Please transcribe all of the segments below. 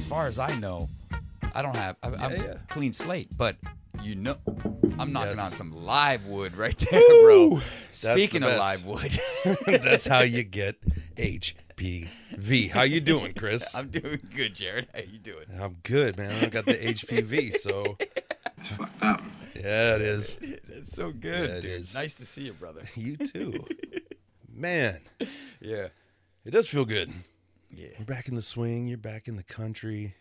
far as I know, I don't have. I, I'm yeah. clean slate, but you know, I'm knocking Yes. on some live wood right there, bro. the Speaking of best. live wood, That's how you get HPV. How you doing, Chris? I'm doing good, Jared. How you doing? I'm good, man. I got the HPV, so yeah, it is. That's so good, Yeah, it dude. is. Nice to see you, brother. You too, man. Yeah. It does feel good. Yeah. We're back in the swing. You're back in the country,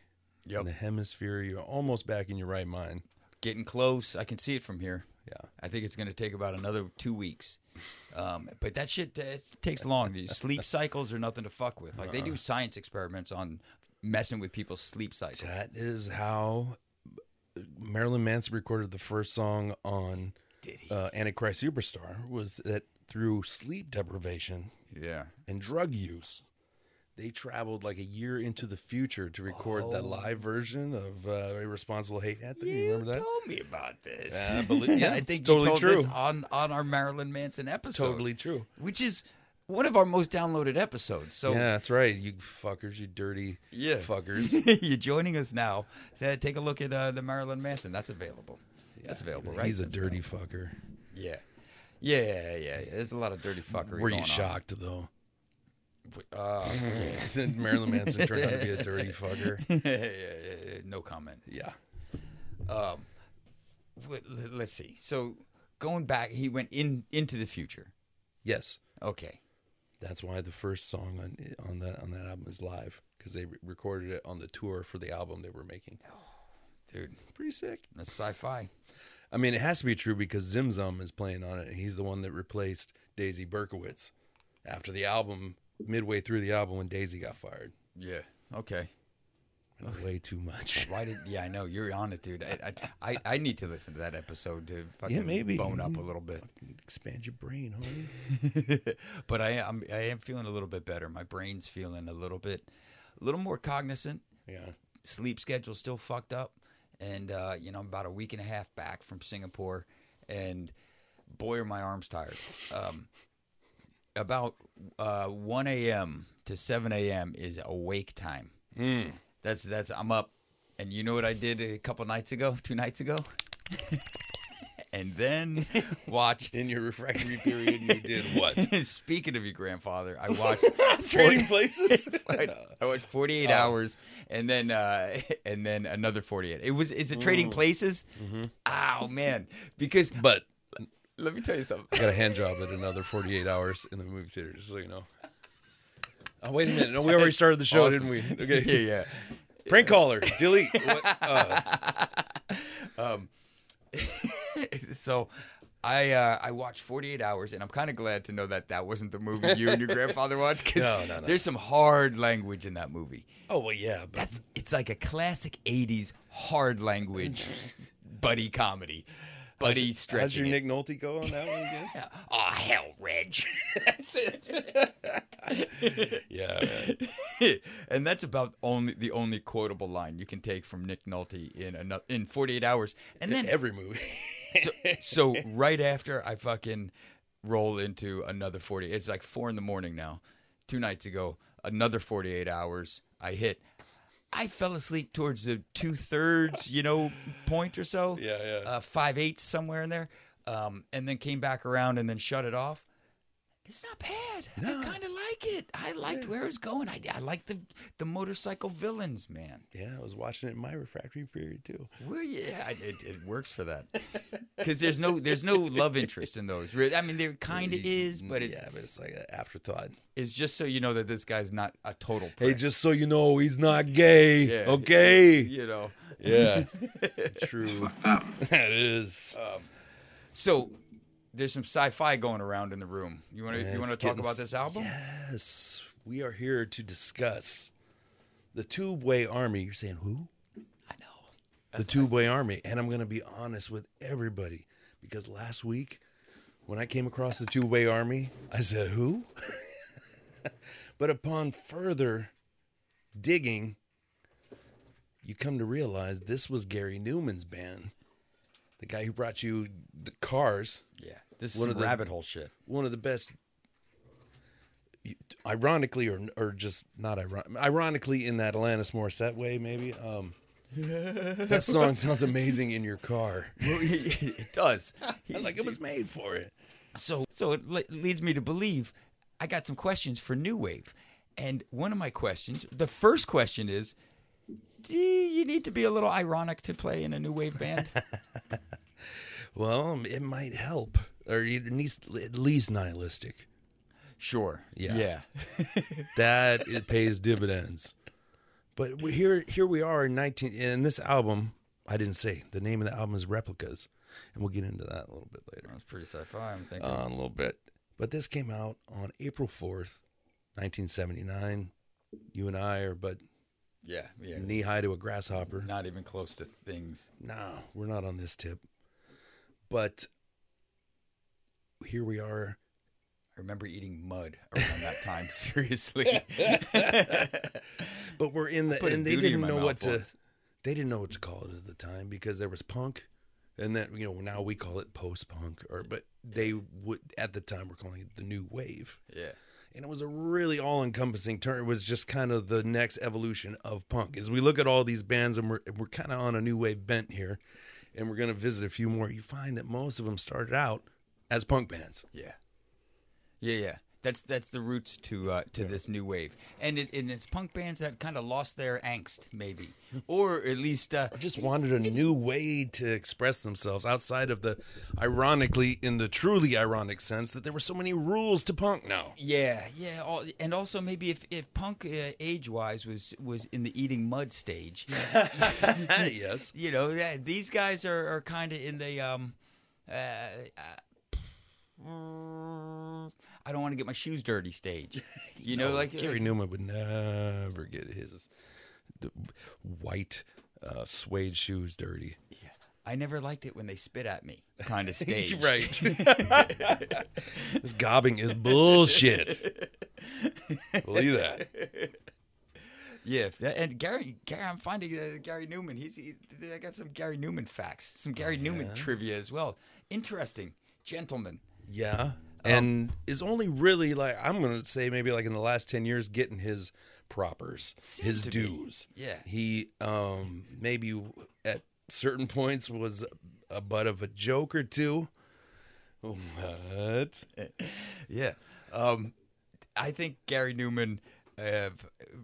Yep. in the hemisphere. You're almost back in your right mind. Getting close. I can see it from here. Yeah. I think it's going to take about another two weeks. Um, but that shit uh, it takes long. These sleep cycles are nothing to fuck with. Like they Uh-uh. do science experiments on messing with people's sleep cycles. That is how Marilyn Manson recorded the first song on Did he? uh, Antichrist Superstar. Was that through sleep deprivation Yeah. and drug use? They traveled like a year into the future to record Oh. the live version of uh, "Irresponsible Hate Anthem." You remember that? told me about this. Yeah, I believe- yeah, I it's think you totally told true. this on on our Marilyn Manson episode. Totally true. Which is one of our most downloaded episodes. So Yeah, that's right. You fuckers, you dirty Yeah. fuckers. you're joining us now. So take a look at uh, the Marilyn Manson. That's available. That's available, right? He's a That's dirty fucker. Yeah. Yeah, yeah, yeah. There's a lot of dirty fuckery. Were going you on. shocked though? Uh, That Marilyn Manson turned out to be a dirty fucker. yeah, yeah, yeah, yeah. no comment. Yeah. Wait, l- Let's see. So going back, he went in into the future. Yes. Okay. That's why the first song on on that on that album is live because they re- recorded it on the tour for the album they were making. Oh, Dude, Pretty sick. that's sci-fi. I mean, it has to be true because Zim Zum is playing on it, and he's the one that replaced Daisy Berkowitz after the album, midway through the album when Daisy got fired. Yeah. Okay. Way too much. Why did? Yeah, I know you're on it, dude. I I, I, I need to listen to that episode to fucking maybe. bone up a little bit. Expand your brain, homie. but I am I am feeling a little bit better. My brain's feeling a little bit, a little more cognizant. Yeah. Sleep schedule's still fucked up, and uh, you know I'm about a week and a half back from Singapore, and boy are my arms tired. Um, about uh, 1 a.m. to 7 a.m. is awake time. That's that's I'm up, and you know what I did a couple nights ago, two nights ago. And then watched In your refractory period, you did what? Speaking of your grandfather, I watched Trading places. I watched 48 Oh. hours and then uh, and then another 48. It was is it Mm. Trading Places? Mm-hmm. Oh man, because but let me tell you something. I got a hand job at another 48 hours in the movie theater, just so you know. Oh, wait a minute. No, we already started the show, Awesome. didn't we? Okay. yeah, Prank caller. Delete. What? Uh, yeah. So I uh, I watched 48 hours and I'm kind of glad to know that that wasn't the movie you and your grandfather watched because No, no, no. there's some hard language in that movie. oh, well, yeah. But That's it's like a classic 80s hard language buddy comedy. Buddy how's your stretching. it. Nick Nolte go on that one again? Oh hell, Reg. That's it. yeah. man. and that's about only the only quotable line you can take from Nick Nolte in ano- in 48 hours. And then Every movie. so, so right after I fucking roll into another 40. It's like 4 in the morning now. 2 nights ago, another 48 hours I hit I fell asleep towards the two thirds, you know, point or so. Yeah, yeah. Uh, five eighths somewhere in there, um, and then came back around and then shut it off. It's not bad. I kind of like it. I liked where it was going. I, I like the the motorcycle villains, man. yeah, I was watching it in my refractory period, too. Where yeah, I, it, it works for that because there's no there's no love interest in those. Really, I mean, there kind of is, but it's Mm, yeah, but it's like an afterthought. it's just so you know that this guy's not a total. Hey, Prick, just so you know, he's not gay. Yeah. Okay. you know. Yeah. True. that is. Uh, So there's some sci-fi going around in the room. You want to Yeah, you want to it's talk getting about s- this album? Yes, we are here to discuss the Two Way Army. You're saying who? I know. the Two Way Army, and I'm going to be honest with everybody because last week when I came across the Two Way Army, I said who? but upon further digging, you come to realize this was Gary Newman's band, the guy who brought you the Cars. Yeah, this is One some of the- rabbit hole shit. one of the best ironically, or or just not iron- ironically, in that Alanis Morissette way, maybe. Um, that song sounds amazing in your car. it does. I was like it was made for it. So, so it le- leads me to believe I got some questions for New Wave. And one of my questions, the first question is, do you need to be a little ironic to play in a New Wave band? Well, it might help, or it needs at least nihilistic. sure. Yeah. Yeah. that it pays dividends. But we, here, here we are in nineteen. In this album, I didn't say the name of the album is Replicas, and we'll get into that a little bit later. That's pretty sci-fi, I'm thinking. Uh, a little bit, but this came out on April fourth, nineteen seventy nine. You and I are but yeah, yeah. knee high to a grasshopper. Not even close to things. Nah, we're not on this tip. But here we are. I remember eating mud around that time. Seriously, But we're in the put a and they duty in didn't my know mouth what to. once. they didn't know what to call it at the time because there was punk and then you know now we call it post punk or but they would at the time were calling it the new wave yeah, and it was a really all encompassing term it was just kind of the next evolution of punk as we look at all these bands and we're, we're kind of on a new wave bent here and we're going to visit a few more you find that most of them started out as punk bands yeah, yeah, yeah. That's that's the roots to uh, to this new wave, and it, and it's punk bands that kind of lost their angst, maybe, or at least uh, just wanted a new way to express themselves outside of the ironically in the truly ironic sense that there were so many rules to punk now Yeah, yeah, all, and also maybe if if punk uh, age wise was was in the eating mud stage, yes. you know, yeah, these guys are, are kind of in the um, uh, uh, I don't want to get my shoes dirty stage, you know, like uh, Gary Newman would never get his the white uh, suede shoes dirty. I never liked it when they spit at me, kind of stage, right. this gobbing is bullshit. Believe that. Yeah, if that- and Gary, Gary, I'm finding uh, Gary Newman. He's he, I got some Gary Newman facts, some Gary Newman trivia as well. Interesting, gentlemen. Yeah. And is only really like I'm gonna say maybe like in the last ten years getting his propers, Seems his to be. dues. Yeah. he um maybe at certain points was a butt of a joke or two. What? Yeah. Um, I think Gary Newman, uh,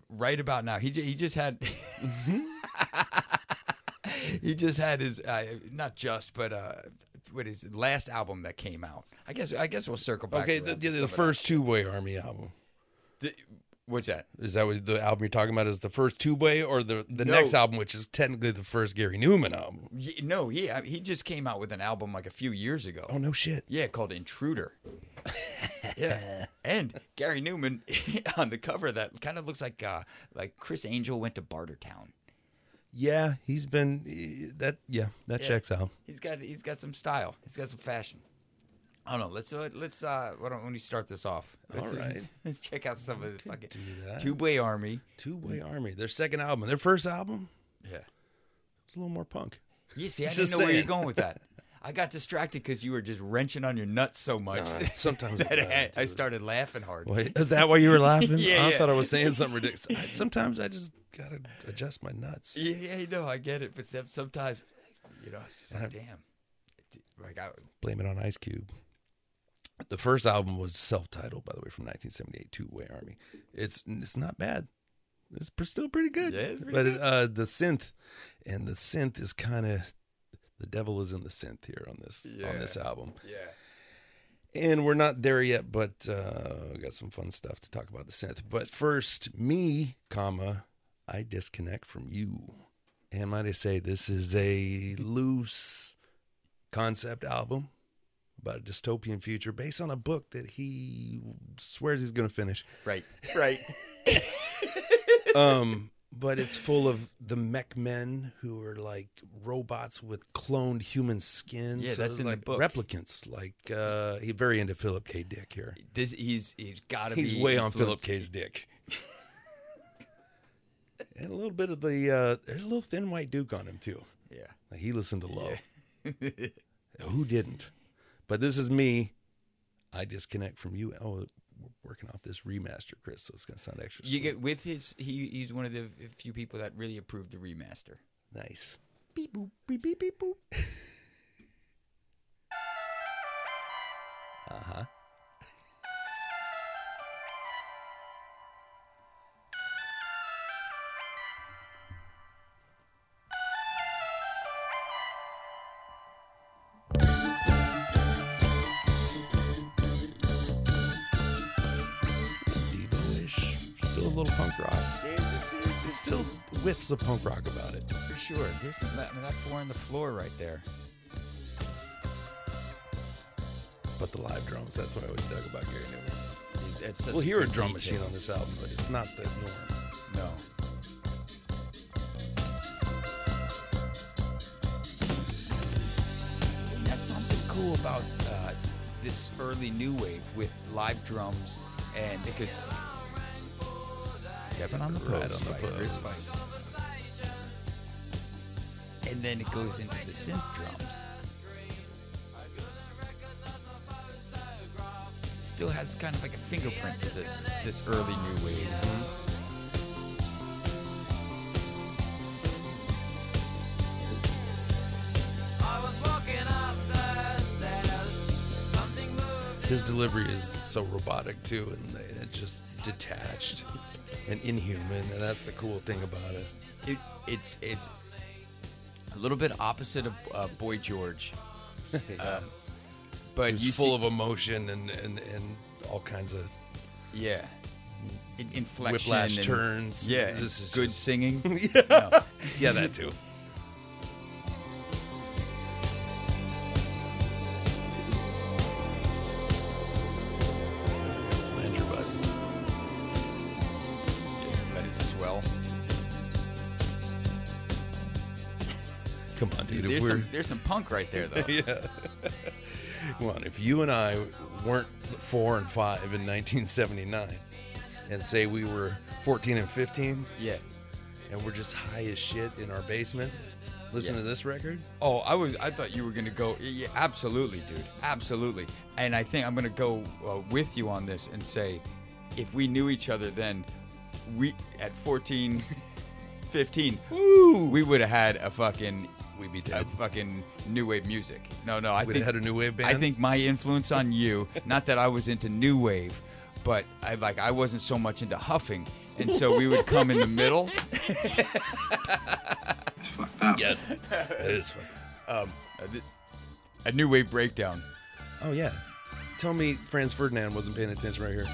right about now, he, ju- he just had. Mm-hmm. He just had his uh, not just, but uh, what is it, last album that came out? I guess I guess we'll circle back. Okay, the, around the, to the some of first Two Way Army album that. The- what's that? is that what the album you're talking about? Is the first Two Way or the the No. next album, which is technically the first Gary Newman album? Y- No, he I- he just came out with an album like a few years ago. Oh no shit! Yeah, called Intruder. yeah, and Gary Newman on the cover of that kind of looks like uh, like Chris Angel went to Bartertown. Yeah, he's been eh, that. Yeah, that checks out. He's got he's got some style. He's got some fashion. I don't know. Let's uh, let's uh, why don't we start this off? Let's, All right. Let's check out some of the fucking do that. Two Way Army. Two Way Army, their second album, their first album Yeah. was a little more punk. You see, I didn't Just know where you're saying. going with that. I got distracted because you were just wrenching on your nuts so much that, sometimes it I, does, I started laughing hard. Wait, is that why you were laughing? Yeah, I yeah. thought I was saying something ridiculous. I- Sometimes I just gotta adjust my nuts. Yeah, yeah, you know, I get it, but some- sometimes, you know, it's just like, damn, like I, Blame it on Ice Cube. The first album was self-titled, by the way, from 1978, Two Way Army. It's it's not bad. It's pr- still pretty good. Yeah, it's pretty but Uh, the synth, and the synth is kind of the devil is in the synth here on this on this Yeah. album. yeah. And we're not there yet, but uh, we got some fun stuff to talk about the synth. But first, me, comma, I disconnect from you. And might I say, this is a loose concept album about a dystopian future based on a book that he swears he's going to finish. Right, right. Um, but it's full of the mech men who are like robots with cloned human skin. Yeah, that's in the like book. Replicants, like uh, he very into Philip K. Dick here. This he's he's got to be. He's way on Philip influenced- K's dick. and a little bit of the uh, there's a little thin white duke on him too. Yeah. Like, he listened to low. Who didn't? But this is me. I disconnect from you. Oh, we're- working off this remaster, Chris, so it's gonna sound extra. You sweet. get with his. He he's one of the few people that really approved the remaster. nice. Beep boop beep beep beep boop. Uh huh. Devo-ish, still a little punk rock. It still whiffs of punk rock about it. For sure. There's some, I mean, that four on the floor right there. But the live drums, that's what I always talk about Gary Newman. Dude, that's such We'll hear a good drum detail. machine on this album, but it's not the norm. No. And that's something cool about uh, this early new wave with live drums and because stepping on the Right pedals, on the right on pedals. and then it goes into the synth drums. It still has kind of like a fingerprint to this this early new wave. His delivery is so robotic too, and it's just detached and inhuman, and that's the cool thing about it. It, it's it's a little bit opposite of uh, Boy George, Um, Yeah. but it's you full see- of emotion and, and, and all kinds of yeah, In- inflection, whiplash and- turns. Yeah, this is good just- singing. yeah, that too. Flanger button. Just let it swell. Come on, dude. if There's we're some, there's some punk right there though. yeah. Come on, if you and I weren't four and five in 1979, and say we were 14 and 15, yeah. and we're just high as shit in our basement, listen Yeah. to this record. Oh, I was. I thought you were gonna go. Yeah, absolutely, dude. Absolutely. And I think I'm gonna go uh, with you on this and say, if we knew each other then, we at 14, 15, Woo! we would have had a fucking We'd be a dead. fucking new wave music. No, no, I We'd think have had a new wave I band. think my influence on you, not that I was into new wave, but I like I wasn't so much into huffing, and so we would come in the middle. Yes. it is fun. A di- A new wave breakdown. Oh, yeah. Tell me Franz Ferdinand wasn't paying attention right here.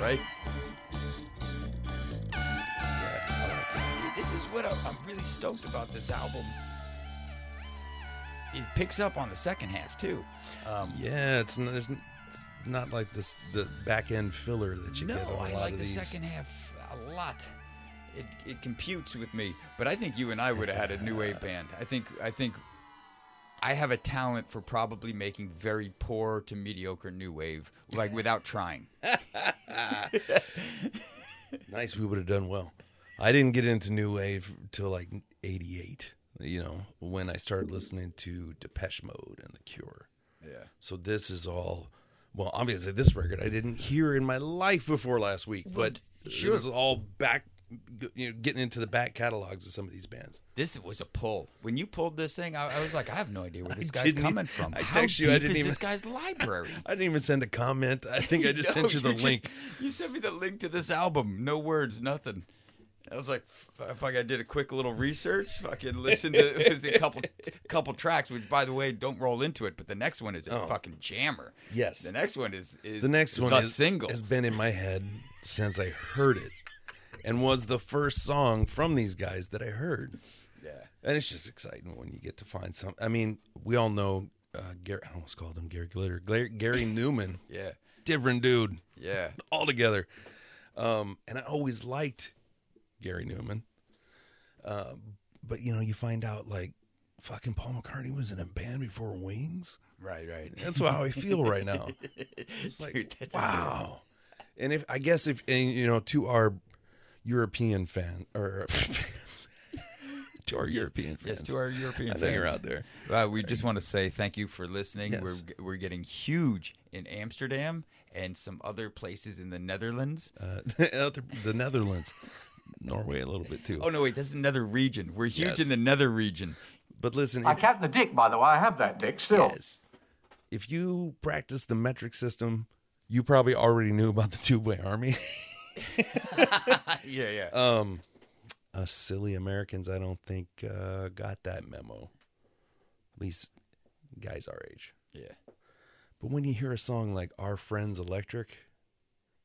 right? Yeah, I like that. This is what I'm, I'm really stoked about this album. It picks up on the second half too. Um, Yeah, it's, n- there's, n- it's not like this the back end filler that you no, get on a I lot like of the these. second half a lot. It, it computes with me, but I think you and I would have had a new wave band. I think I think I have a talent for probably making very poor to mediocre new wave, like without trying. Nice, we would have done well. I didn't get into new wave till like '88. You know, when I started listening to Depeche Mode and The Cure. Yeah. So this is all. Well, obviously, this record I didn't hear in my life before last week, but it was all back, you know, getting into the back catalogs of some of these bands. This was a pull. When you pulled this thing, I, I was like, I have no idea where this guy's didn't e- coming from. I How text deep you, I didn't is even- this guy's library? I didn't even send a comment. I think I just sent you the just- link. you sent me the link to this album. No words, nothing. I was like, f- fuck, I did a quick little research. Fucking listened to it was a couple couple tracks, which by the way, don't roll into it. But the next one is a fucking jammer. Oh. Yes. The next one is, is The next one the is, single. has been in my head since I heard it, and was the first song from these guys that I heard. yeah. And it's just exciting when you get to find some. I mean, we all know uh, Gary. I almost called him Gary Glitter. Gary, Gary Newman, Yeah. different dude Yeah. altogether. Um, and I always liked Gary Newman. Uh, but you know, you find out like fucking Paul McCartney was in a band before Wings. Right, right. That's how I feel right now. It's like Dude, that's- wow. And if I guess if and, you know to our European fan or fans, to our European fans, Yes, to our European I fans. think you're out there. Uh, we just want to say thank you for listening. Yes. We're, we're getting huge in Amsterdam and some other places in the Netherlands. Uh, the, the Netherlands, Norway, a little bit too. Oh no, wait, that's another region. We're huge in Yes. the Nether region. But listen, I if, kept the dick, by the way. I have that dick still. yes, if you practice the metric system, you probably already knew about the two-way army. yeah, yeah. Um, us silly Americans, I don't think uh, got that memo. At least guys our age. yeah. But when you hear a song like "Our Friends Electric,"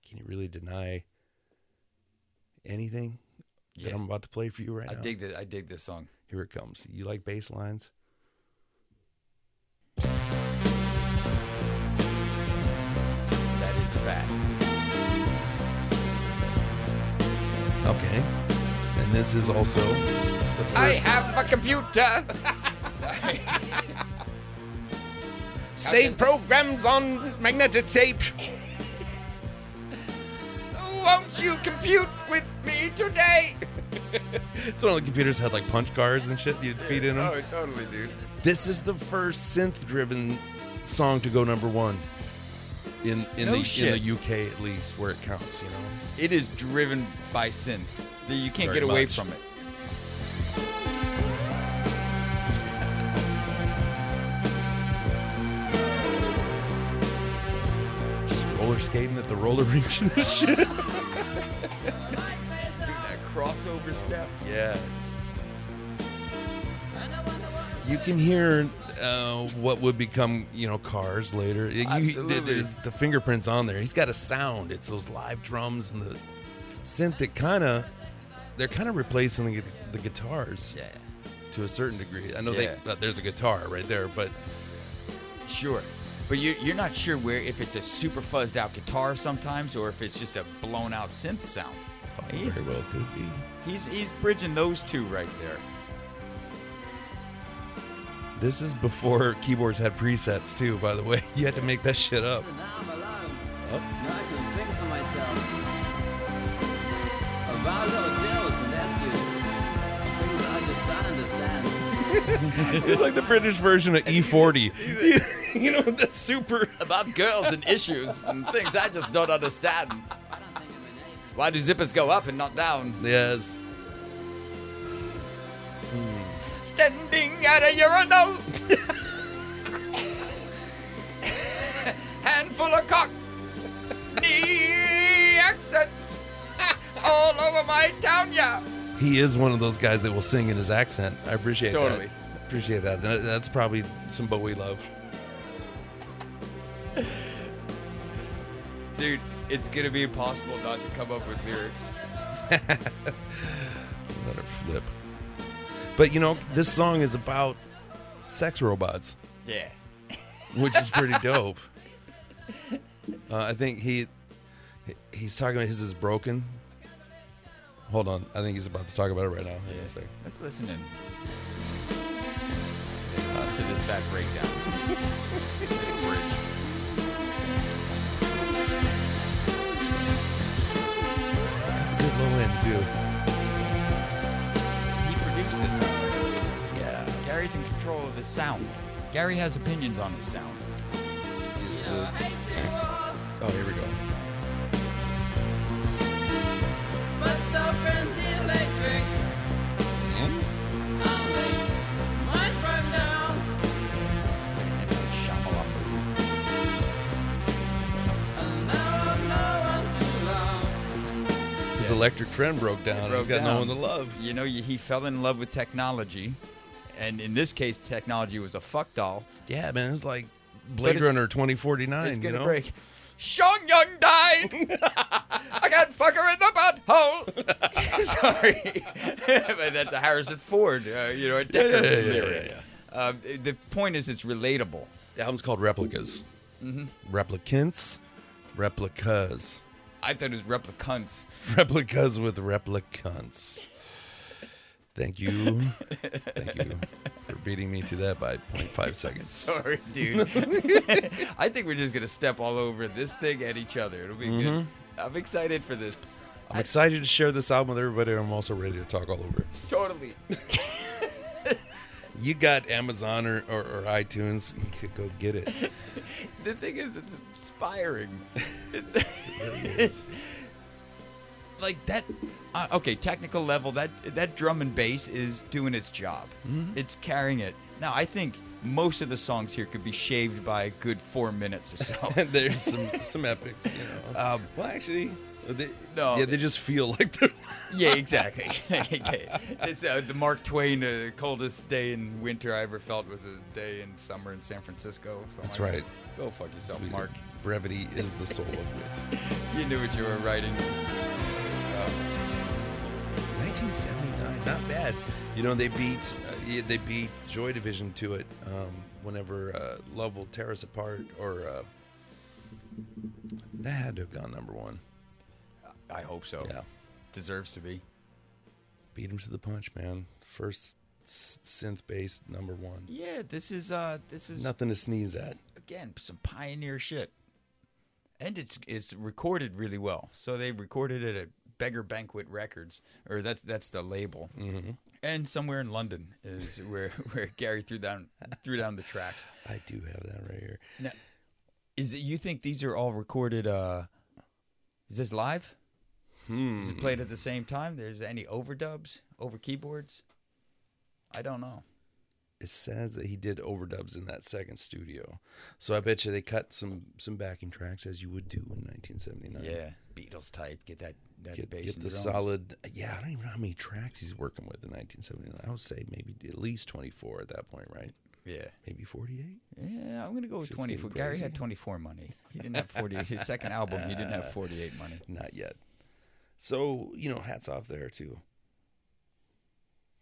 can you really deny anything Yeah. that I'm about to play for you right I now? dig that I dig this song. Here it comes. You like bass lines? That is fat. Okay. And this is also the first I have a computer. Sorry. save programs on magnetic tape. Won't you compute with me today? It's one of the computers had like punch cards and shit you'd feed Oh, in them. totally, dude. This is the first synth-driven song to go number one in in, No the, in shit. the UK at least, where it counts. You know, It is driven by synth. The- You can't Very get away much. from it. just roller skating at the roller rink to this shit. That crossover step. Yeah. You can hear uh, what would become, you know, cars later. You- Absolutely. the- the- the fingerprints on there. He's got a sound. It's those live drums and the synth that kind of, they're kind of replacing the, the guitars Yeah. to a certain degree. I know Yeah. they, uh, there's a guitar right there, but Sure. But you're, you're not sure where if it's a super fuzzed out guitar sometimes or if it's just a blown out synth sound. He's, very well could be. he's, he's bridging those two right there. This is before keyboards had presets too, by the way. You had to make that shit up. So now I'm alone. Oh. Now I can think for myself. About little deals and issues. Things I just don't understand. It's like the British version of E E40. You, you know, the super. About girls and issues and things I just don't understand. I don't think of an name. Why do zippers go up and not down? Yes. Standing at a urinal. Handful of cock. Knee accents. All over my town, yeah. He is one of those guys that will sing in his accent. I appreciate Totally. that. Appreciate that. That- That's probably some Bowie love. Dude, it's gonna be impossible not to come up with lyrics. Let her flip. But you know, this song is about sex robots, Yeah. which is pretty dope. Uh, I think he he's talking about his is broken. Hold on, I think he's about to talk about it right now. Hang on a sec. Let's listen in uh, to this fat breakdown. This bridge. It's got a good low end too. He produced this. Yeah. Gary's in control of his sound. Gary has opinions on his sound. uh, Oh, here we go. But the friends electric. Only mine's burned down. Shyamalan. And now I've no one to love. His electric friend broke down. broke He's got down. no one to love. You know, you- he fell in love with technology, and in this case, technology was a fuck doll. Yeah, man, it's like Blade it's- Runner 2049. It's you gonna know? break. Sean Young died. I got fucker in the butthole. Sorry, but that's a Harrison Ford. Uh, you know, a Yeah, yeah, Decker yeah, yeah, lyric. yeah, Um, the point is, it's relatable. The album's called Replicas. Mm-hmm. Replicants, replicas, I thought it was replicants. replicas with replicants. Thank you, thank you for beating me to that by 0.5 seconds. Sorry, dude. I think we're just gonna step all over this thing and each other. It'll be good. Mm-hmm. I'm excited for this. I'm excited to share this album with everybody. I'm also ready to talk all over. it. Totally. You got Amazon or, or, or iTunes. You could go get it. The thing is, it's inspiring. It's, like that. Uh, okay, technical level, that that drum and bass is doing its job. Mm-hmm. It's carrying it. Now, I think most of the songs here could be shaved by a good four minutes or so. There's some some epics. You know. Um, well, actually, they, No. Yeah, they just feel like they're. yeah, exactly. it's uh, the Mark Twain uh, coldest day in winter I ever felt was a day in summer in San Francisco. something That's like right. That. Go fuck yourself, Mark. Brevity is the soul of wit. You knew what you were writing. 1979, not bad. You know, they beat uh, yeah, they beat Joy Division to it um, whenever uh, Love Will Tear Us Apart or uh, that had to have gone number one. I hope so. Yeah. Deserves to be. Beat him to the punch, man. First synth bass number one. Yeah, this is uh this is Nothing to sneeze at. again some pioneer shit. And it's it's recorded really well. So they recorded it at Beggar Banquet Records, or that's that's the label. Mm-hmm. And somewhere in London is where where Gary threw down threw down the tracks. I do have that right here. Now, is it you think these are all recorded? uh Is this live? Is it played at the same time? There's any overdubs over keyboards? I don't know. It says that he did overdubs in that second studio, so I bet you they cut some some backing tracks as you would do in 1979. Yeah, Beatles type. Get that that get, bass get and the drums. solid. Yeah, I don't even know how many tracks he's working with in 1979. I would say maybe at least 24 at that point, right? Yeah, Maybe 48. yeah. I'm gonna go with Shit's 24. getting Gary had crazy. 24 money. He didn't have 48. His second album, he didn't have 48 money. Not yet. So you know, hats off there too.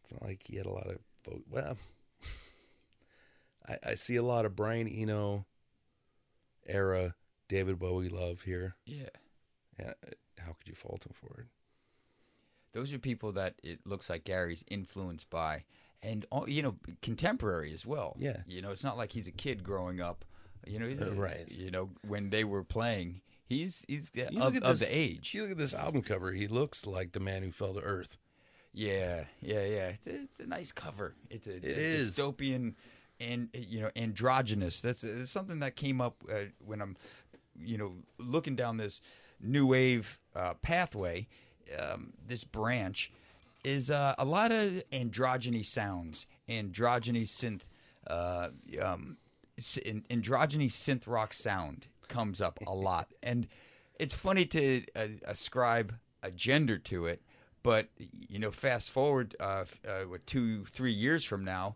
It's not like he had a lot of fo- well. I, I see a lot of Brian Eno era David Bowie love here. Yeah, Yeah, how could you fault him for it? those are people that it looks like Gary's influenced by, and all, you know, contemporary as well. Yeah. you know, it's not like he's a kid growing up. You know, he's- Uh, right. You know, when they were playing, he's he's uh, You of, look at of this- the age. You look at this album cover. He looks like the man who fell to earth. Yeah, yeah, yeah. It's, it's a nice cover. It's a, a is. dystopian and you know androgynous. That's, that's something that came up uh, when I'm, you know, looking down this new wave uh, pathway. Um, this branch is uh, a lot of androgyny sounds, androgyny synth, uh, um, s- an- androgyny synth rock sound comes up a lot, and it's funny to uh, ascribe a gender to it. But you know, fast forward uh, f- uh, what, two, three years from now,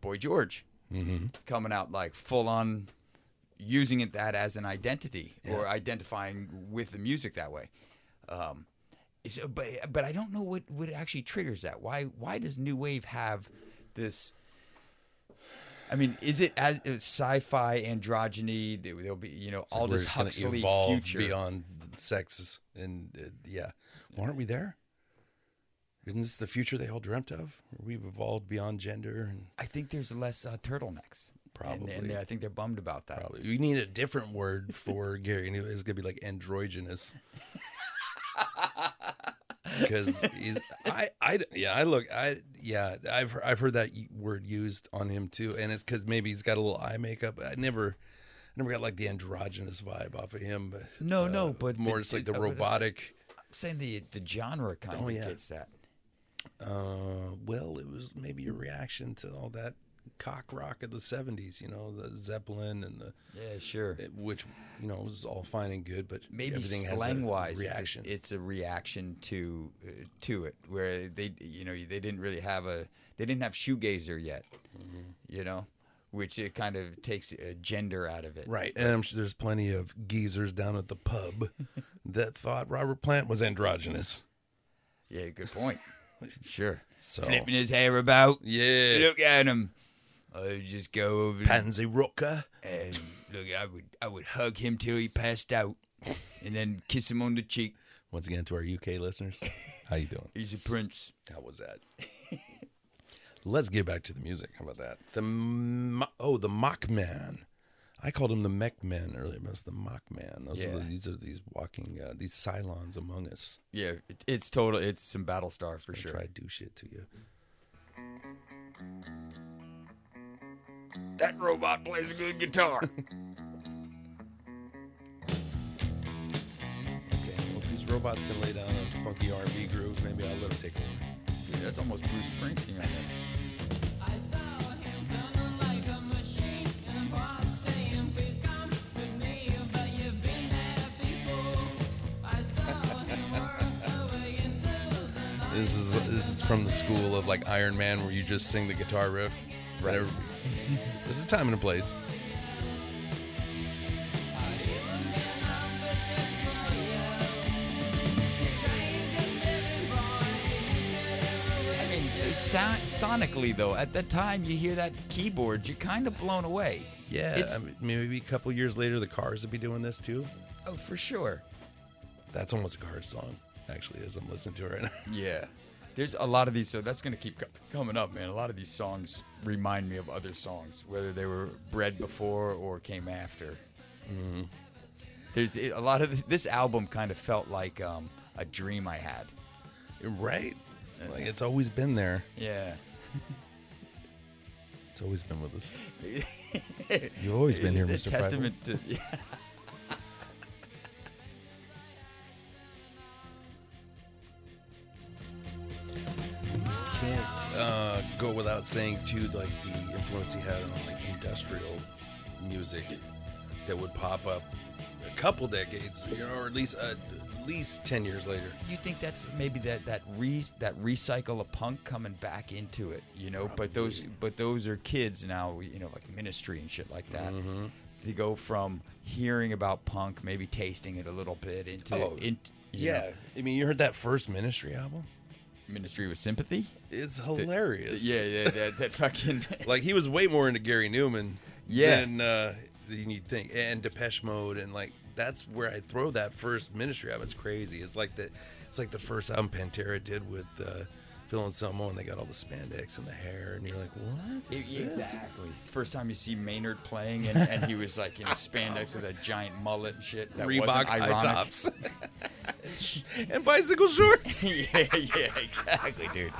Boy George Mm-hmm. coming out like full on, using it that as an identity or identifying with the music that way. Um, it's- but but I don't know what what actually triggers that. Why why does new wave have this? I mean, is it as is sci-fi androgyny? There- There'll be you know All Aldous gonna Huxley evolve future. beyond the sexes, and uh, yeah, well, aren't we there? Isn't this the future they all dreamt of? Where We've evolved beyond gender, and I think there's less uh, turtlenecks. And- and, Probably. I think they're bummed about that. probably we need a different word for Gary. New. It's gonna be like androgynous. Because he's, I, I, yeah, I look, I, yeah, I've, he- I've heard that word used on him too, and it's because maybe he's got a little eye makeup. I never, I never got like the androgynous vibe off of him. but, No, uh, no, but more the- just like the uh, but it's- robotic. I'm saying the the genre kind Oh, of yeah. gets that. Uh, well, it was maybe a reaction to all that cock rock of the '70s. You know, the Zeppelin and the Yeah, sure. it- which you know was all fine and good, but Maybe everything slang wise, has it's a a- reaction. It's, a reaction to uh, to it where they you know they didn't really have a they didn't have shoegazer yet, Mm-hmm. you know, which it kind of takes uh gender out of it. right, and I'm sure there's plenty of geezers down at the pub that thought Robert Plant was androgynous. Yeah, good point. sure. So Flipping his hair about. yeah, Look at him. I just go over to pansy rocker. and look. I would I would hug him till he passed out, and then kiss him on the cheek. Once again, to our UK listeners, how you doing? He's a prince. How was that? Let's get back to the music. How about that? The Mo- oh, the Mockman. I called him the Mechman earlier, but it's the Mockman. Those are the, Yeah. these are these walking uh, these Cylons among us. Yeah, it, it's total. It's some Battlestar for sure. Try to do shit to you. That robot plays a good guitar. okay, Well, if these robots can lay down a funky R&B groove, maybe I'll let them take over. dude, that's almost Bruce Springsteen on there. I saw him turning like a machine and walk saying, Please come with me, but you've been there before. I saw him work away into the night. This is this is from the school of like Iron Man, where you just sing the guitar riff. Right. There's a time and a place. I mean, it's so- sonically though, at the time you hear that keyboard, you're kind of blown away. Yeah, it's, I mean, maybe a couple years later, the Cars will be doing this too. oh, for sure. That's almost a Cars song, actually, as I'm listening to it right now. Yeah. There's a lot of these, so that's going to keep co- coming up, man. A lot of these songs remind me of other songs, whether they were bred before or came after. Mm-hmm. There's a lot of this album kind of felt like um, a dream I had. Right? Like it's always been there. Yeah. It's always been with us. You've always been here, It's Mr. Testament. Testament to. Yeah. Can't uh, go without saying too, like the influence he had on like industrial music that would pop up a couple decades, you know, or at least uh, at least ten years later. You think that's maybe that that re, that recycle of punk coming back into it, you know? But those but those are kids now, you know, like Ministry and shit like that. Mm-hmm. They go from hearing about punk, maybe tasting it a little bit, into Oh, in, you Yeah, know, I mean, you heard that first Ministry album? Ministry with Sympathy. It's hilarious. Yeah, yeah, that, that fucking like he was way more into Gary Newman. Yeah. than, uh, than you'd think, and Depeche Mode, and like that's where I throw that first Ministry album. It's crazy. It's like the, it's like the first album Pantera did with uh, Phil Anselmo, and they got all the spandex and the hair, and you're like, what? is this? E-, exactly. First time you see Maynard playing, and, and he was like in spandex with a giant mullet and shit. That Reebok wasn't high ironic. tops and bicycle shorts, yeah, yeah, exactly, dude.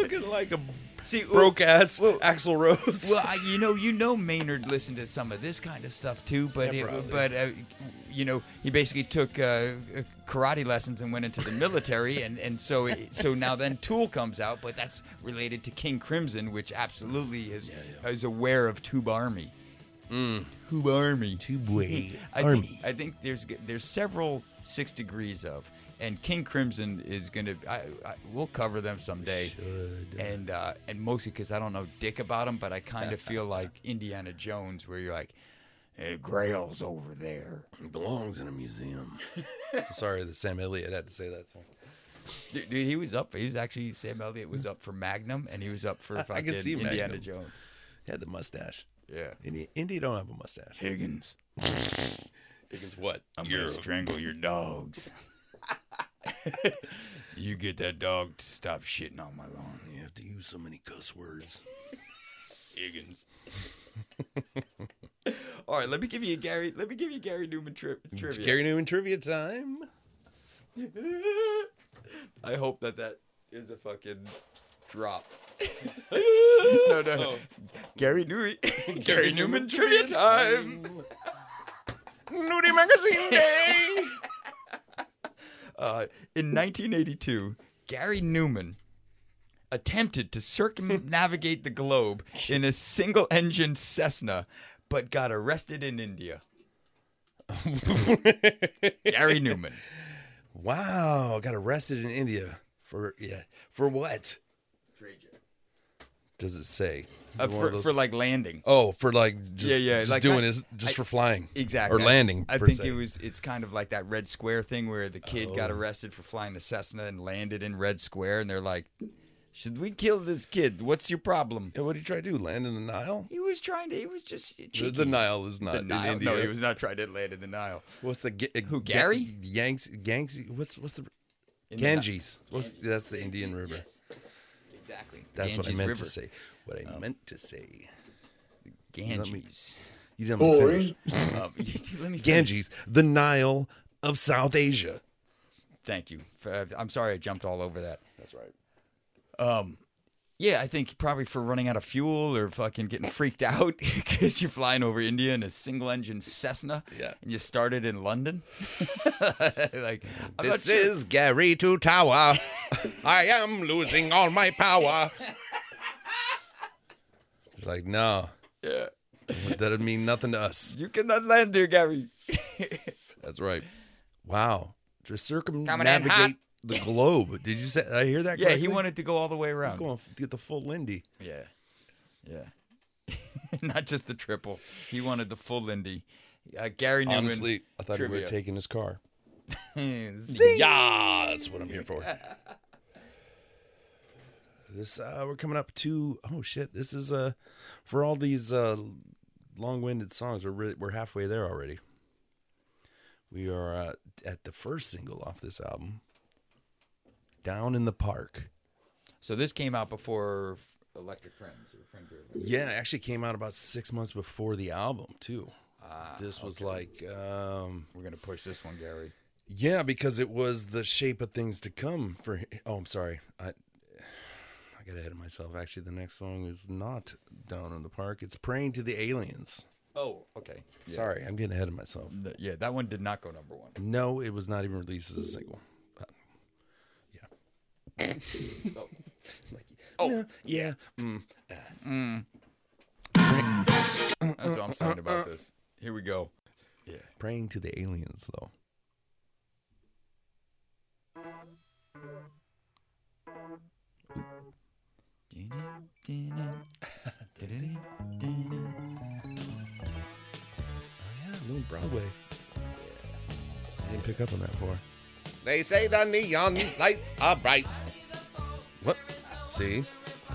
looking like a See, broke ass Axl Rose. Well, I, you know, you know, Maynard listened to some of this kind of stuff too, but Yeah, it, probably. but uh, you know, he basically took uh, uh, karate lessons and went into the military, and and so it, so now then Tool comes out, but that's related to King Crimson, which absolutely is is aware of Tube Army. Mm. Tube Army. Two-way I army. Think, I think there's g- there's several six degrees of, and King Crimson is gonna. I, I we'll cover them someday. should. And uh, and mostly because I don't know dick about them, but I kind of feel like Indiana Jones, where you're like, eh, Grail's over there. It belongs in a museum. I'm sorry that Sam Elliott had to say that song. Dude, dude, he was up. He was actually Sam Elliott was up for Magnum, and he was up for fucking I can see Indiana Magnum. Jones. He had the mustache. Yeah. Indy, Indy don't have a mustache. Higgins, Higgins, what? I'm You're- gonna strangle your dogs. you get that dog to stop shitting on my lawn. you have to use so many cuss words. Higgins. All right, let me give you a Gary. Let me give you a Gary Newman tri- trivia. It's Gary Newman trivia time. I hope that that is a fucking drop. no, no, no. Gary Newman. Gary Newman trivia time. Nudie Magazine Day. Uh, in 1982, Gary Newman attempted to circumnavigate the globe in a single-engine Cessna, but got arrested in India. Gary Newman. wow, got arrested in India for yeah for what? Does it say? Is Uh, it one of for, those- for like landing. oh for like just, Yeah, yeah, just like doing I- his just I- for flying Exactly. or I- landing. I per think se. Oh. it was. It's kind of like that Red Square thing where the kid got arrested for flying the Cessna and landed in Red Square, and they're like, "Should we kill this kid? What's your problem?" Yeah, what did he try to do? Land in the Nile? He was trying to. He was just cheeky. The, the Nile is not The Nile. in India. No, he was not trying to land in the Nile. What's the ga- Who, ga- Gary? Yanks Gangs? What's what's the In the Ni- Ganges? what's that's the Indian River. Exactly. That's what I Ganges meant River. Um, to say. What I meant to say. Ganges. You didn't let me finish. Um, let me finish. Ganges, the Nile of South Asia. Thank you. Uh, I'm sorry I jumped all over that. That's right. Yeah, I think probably for running out of fuel or fucking getting freaked out because you're flying over India in a single engine Cessna. Yeah. And you started in London. like, I'm not Mm-hmm. This sure- is Gary to Tower. I am losing all my power. It's like, no. Yeah. That would mean nothing to us. You cannot land there, Gary. That's right. Wow. To Coming in hot. circumnavigate the globe. Did you say did I hear that Yeah, correctly? he wanted to go all the way around. He's going to get the full Lindy. Yeah. Yeah. Not just the triple. He wanted the full Lindy. Uh, Gary Newman. Honestly, I thought we trivia. were taking his car. Zing. Yeah, that's what I'm here for. This uh, we're coming up to oh shit! This is uh for all these uh long-winded songs. We're really, we're halfway there already. We are uh, at the first single off this album, "Down in the Park." So this came out before Electric Friends. Or Friends or Electric. Yeah, it actually came out about six months before the album too. this was like um We're going to push this one, Gary. Yeah, because it was the shape of things to come for. hi- Oh, I'm sorry. I I got ahead of myself. Actually, the next song is not "Down in the Park." It's "Praying to the Aliens." Oh, okay. Yeah. Sorry, I'm getting ahead of myself. Th- Yeah, that one did not go number one. No, it was not even released as a single. Uh, yeah. Like, no, yeah. mm. That's all I'm saying about this. Here we go. Yeah. Praying to the aliens, though. Yeah, little Broadway. I didn't pick up on that far. They say the neon lights are bright. What? See? I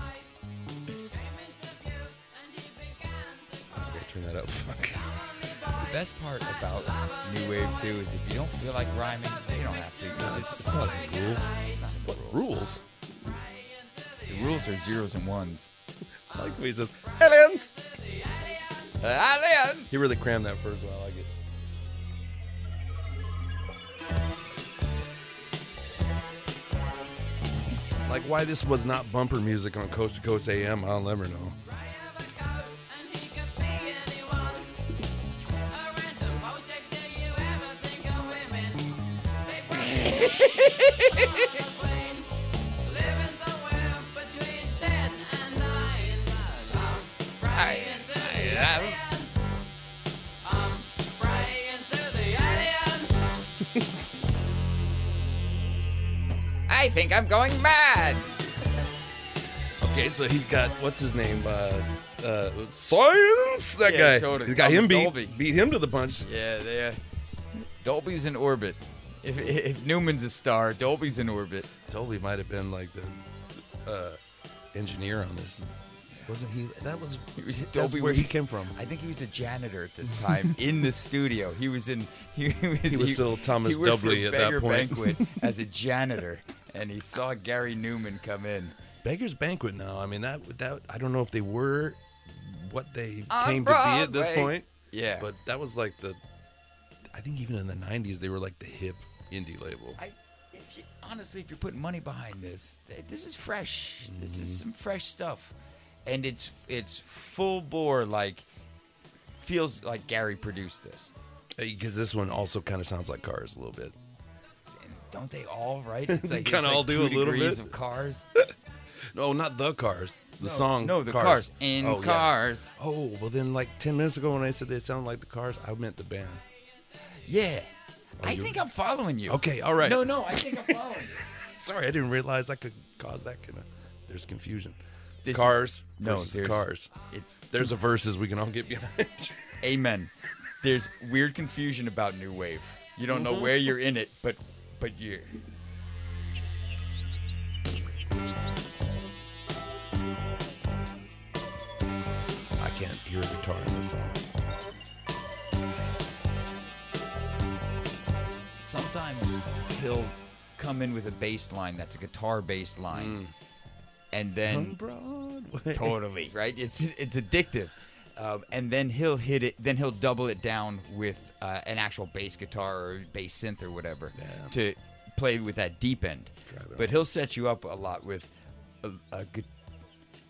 gotta turn that up. Fuck. The best part about New Wave too is if you don't feel like rhyming, you don't have to. 'cause it's, it's not the rules. It's not the rules. Rules. The rules are zeros and ones. I like when he says, aliens! Aliens! He really crammed that first one. I like it. Like why this was not bumper music on Coast to Coast AM, I'll never know. I think I'm going mad. Okay, so he's got what's his name? Uh, uh, science. That Yeah, guy. totally. He's got Thomas him beat. Dolby. Beat him to the punch. Yeah, they. Uh, Dolby's in orbit. If, if Newman's a star, Dolby's in orbit. Dolby might have been like the uh, engineer on this. Wasn't he? That was. He was- that's Dolby where was- he came from. I think he was a janitor at this time in the studio. He was in. He, was, He was still Thomas he worked Doubly for at that Beggar point. Banquet as a janitor, and he saw Gary Newman come in. Beggar's Banquet. Now, I mean that that I don't know if they were what they On came to be at this Broadway. point. Uh, Yeah, But that was like the. I think even in the '90s they were like the hip indie label. I, if you honestly, if you're putting money behind this, th- this is fresh. This is some Mm-hmm. fresh stuff, and it's it's full bore. Like feels like Gary produced this. Because this one also kind of sounds like Cars a little bit. And don't they all? Right? It's They like it's kinda like all do two a little degrees bit. of cars. No, not the Cars. The song. No, the cars, in Oh, yeah. cars. Oh, well, then, like 10 minutes ago when I said they sound like the cars, I meant the band. Yeah. I Oh, you- think I'm following you. Okay, all right. No, no, I think I'm following you. Sorry, I didn't realize I could cause that kind of. There's confusion. This is- cars No, versus the there's- cars. It's There's a verses we can all get behind. amen. There's weird confusion about new wave. You don't Mm-hmm. know where you're in it, but but you. I can't hear a guitar in this song. Sometimes he'll come in with a bass line that's a guitar bass Mm. line, and Mm-hmm. then Broadway. totally right. It's it's addictive. Um, and then he'll hit it. Then he'll double it down with uh, an actual bass guitar or bass synth or whatever Yeah. to play with that deep end. Drive it But home. he'll set you up a lot with a, a gu-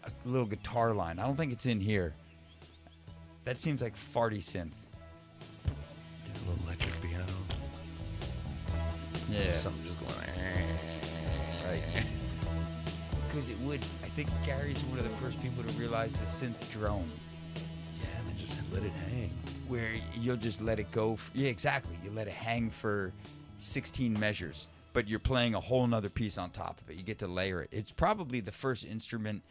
a little guitar line. I don't think it's in here. That seems like farty synth. Little electric piano. Yeah. Something just going. eh, Right. Because it would. I think Gary's one of the first people to realize the synth drone, Yeah, and then just let it hang. where you'll just let it go. F- yeah, exactly. You let it hang for 16 measures, but you're playing a whole nother piece on top of it. You get to layer it. It's probably the first instrument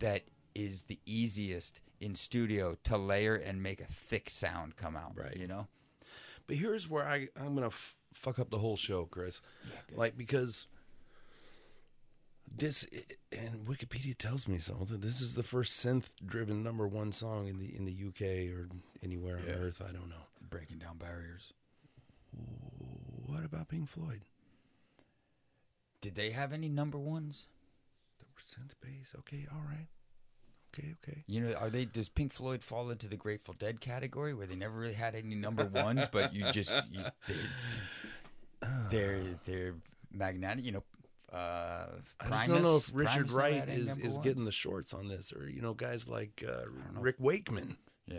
that is the easiest in studio to layer and make a thick sound come out. Right. You know? But here's where I I'm gonna f- fuck up the whole show, Chris. like because this and Wikipedia tells me so. that This is the first synth-driven number one song in the in the UK or anywhere on earth. I don't know. Breaking down barriers. What about Pink Floyd? Did they have any number ones? There were synth bass. Okay, all right. Okay, okay. You know, are they? Does Pink Floyd fall into the Grateful Dead category where they never really had any number ones, but you just you, it's, they're they're magnetic. You know, uh, I Primus, just don't know if Primus Richard never Wright had any is, number is getting the ones. shorts on this, or you know, guys like uh, Rick Wakeman. yeah.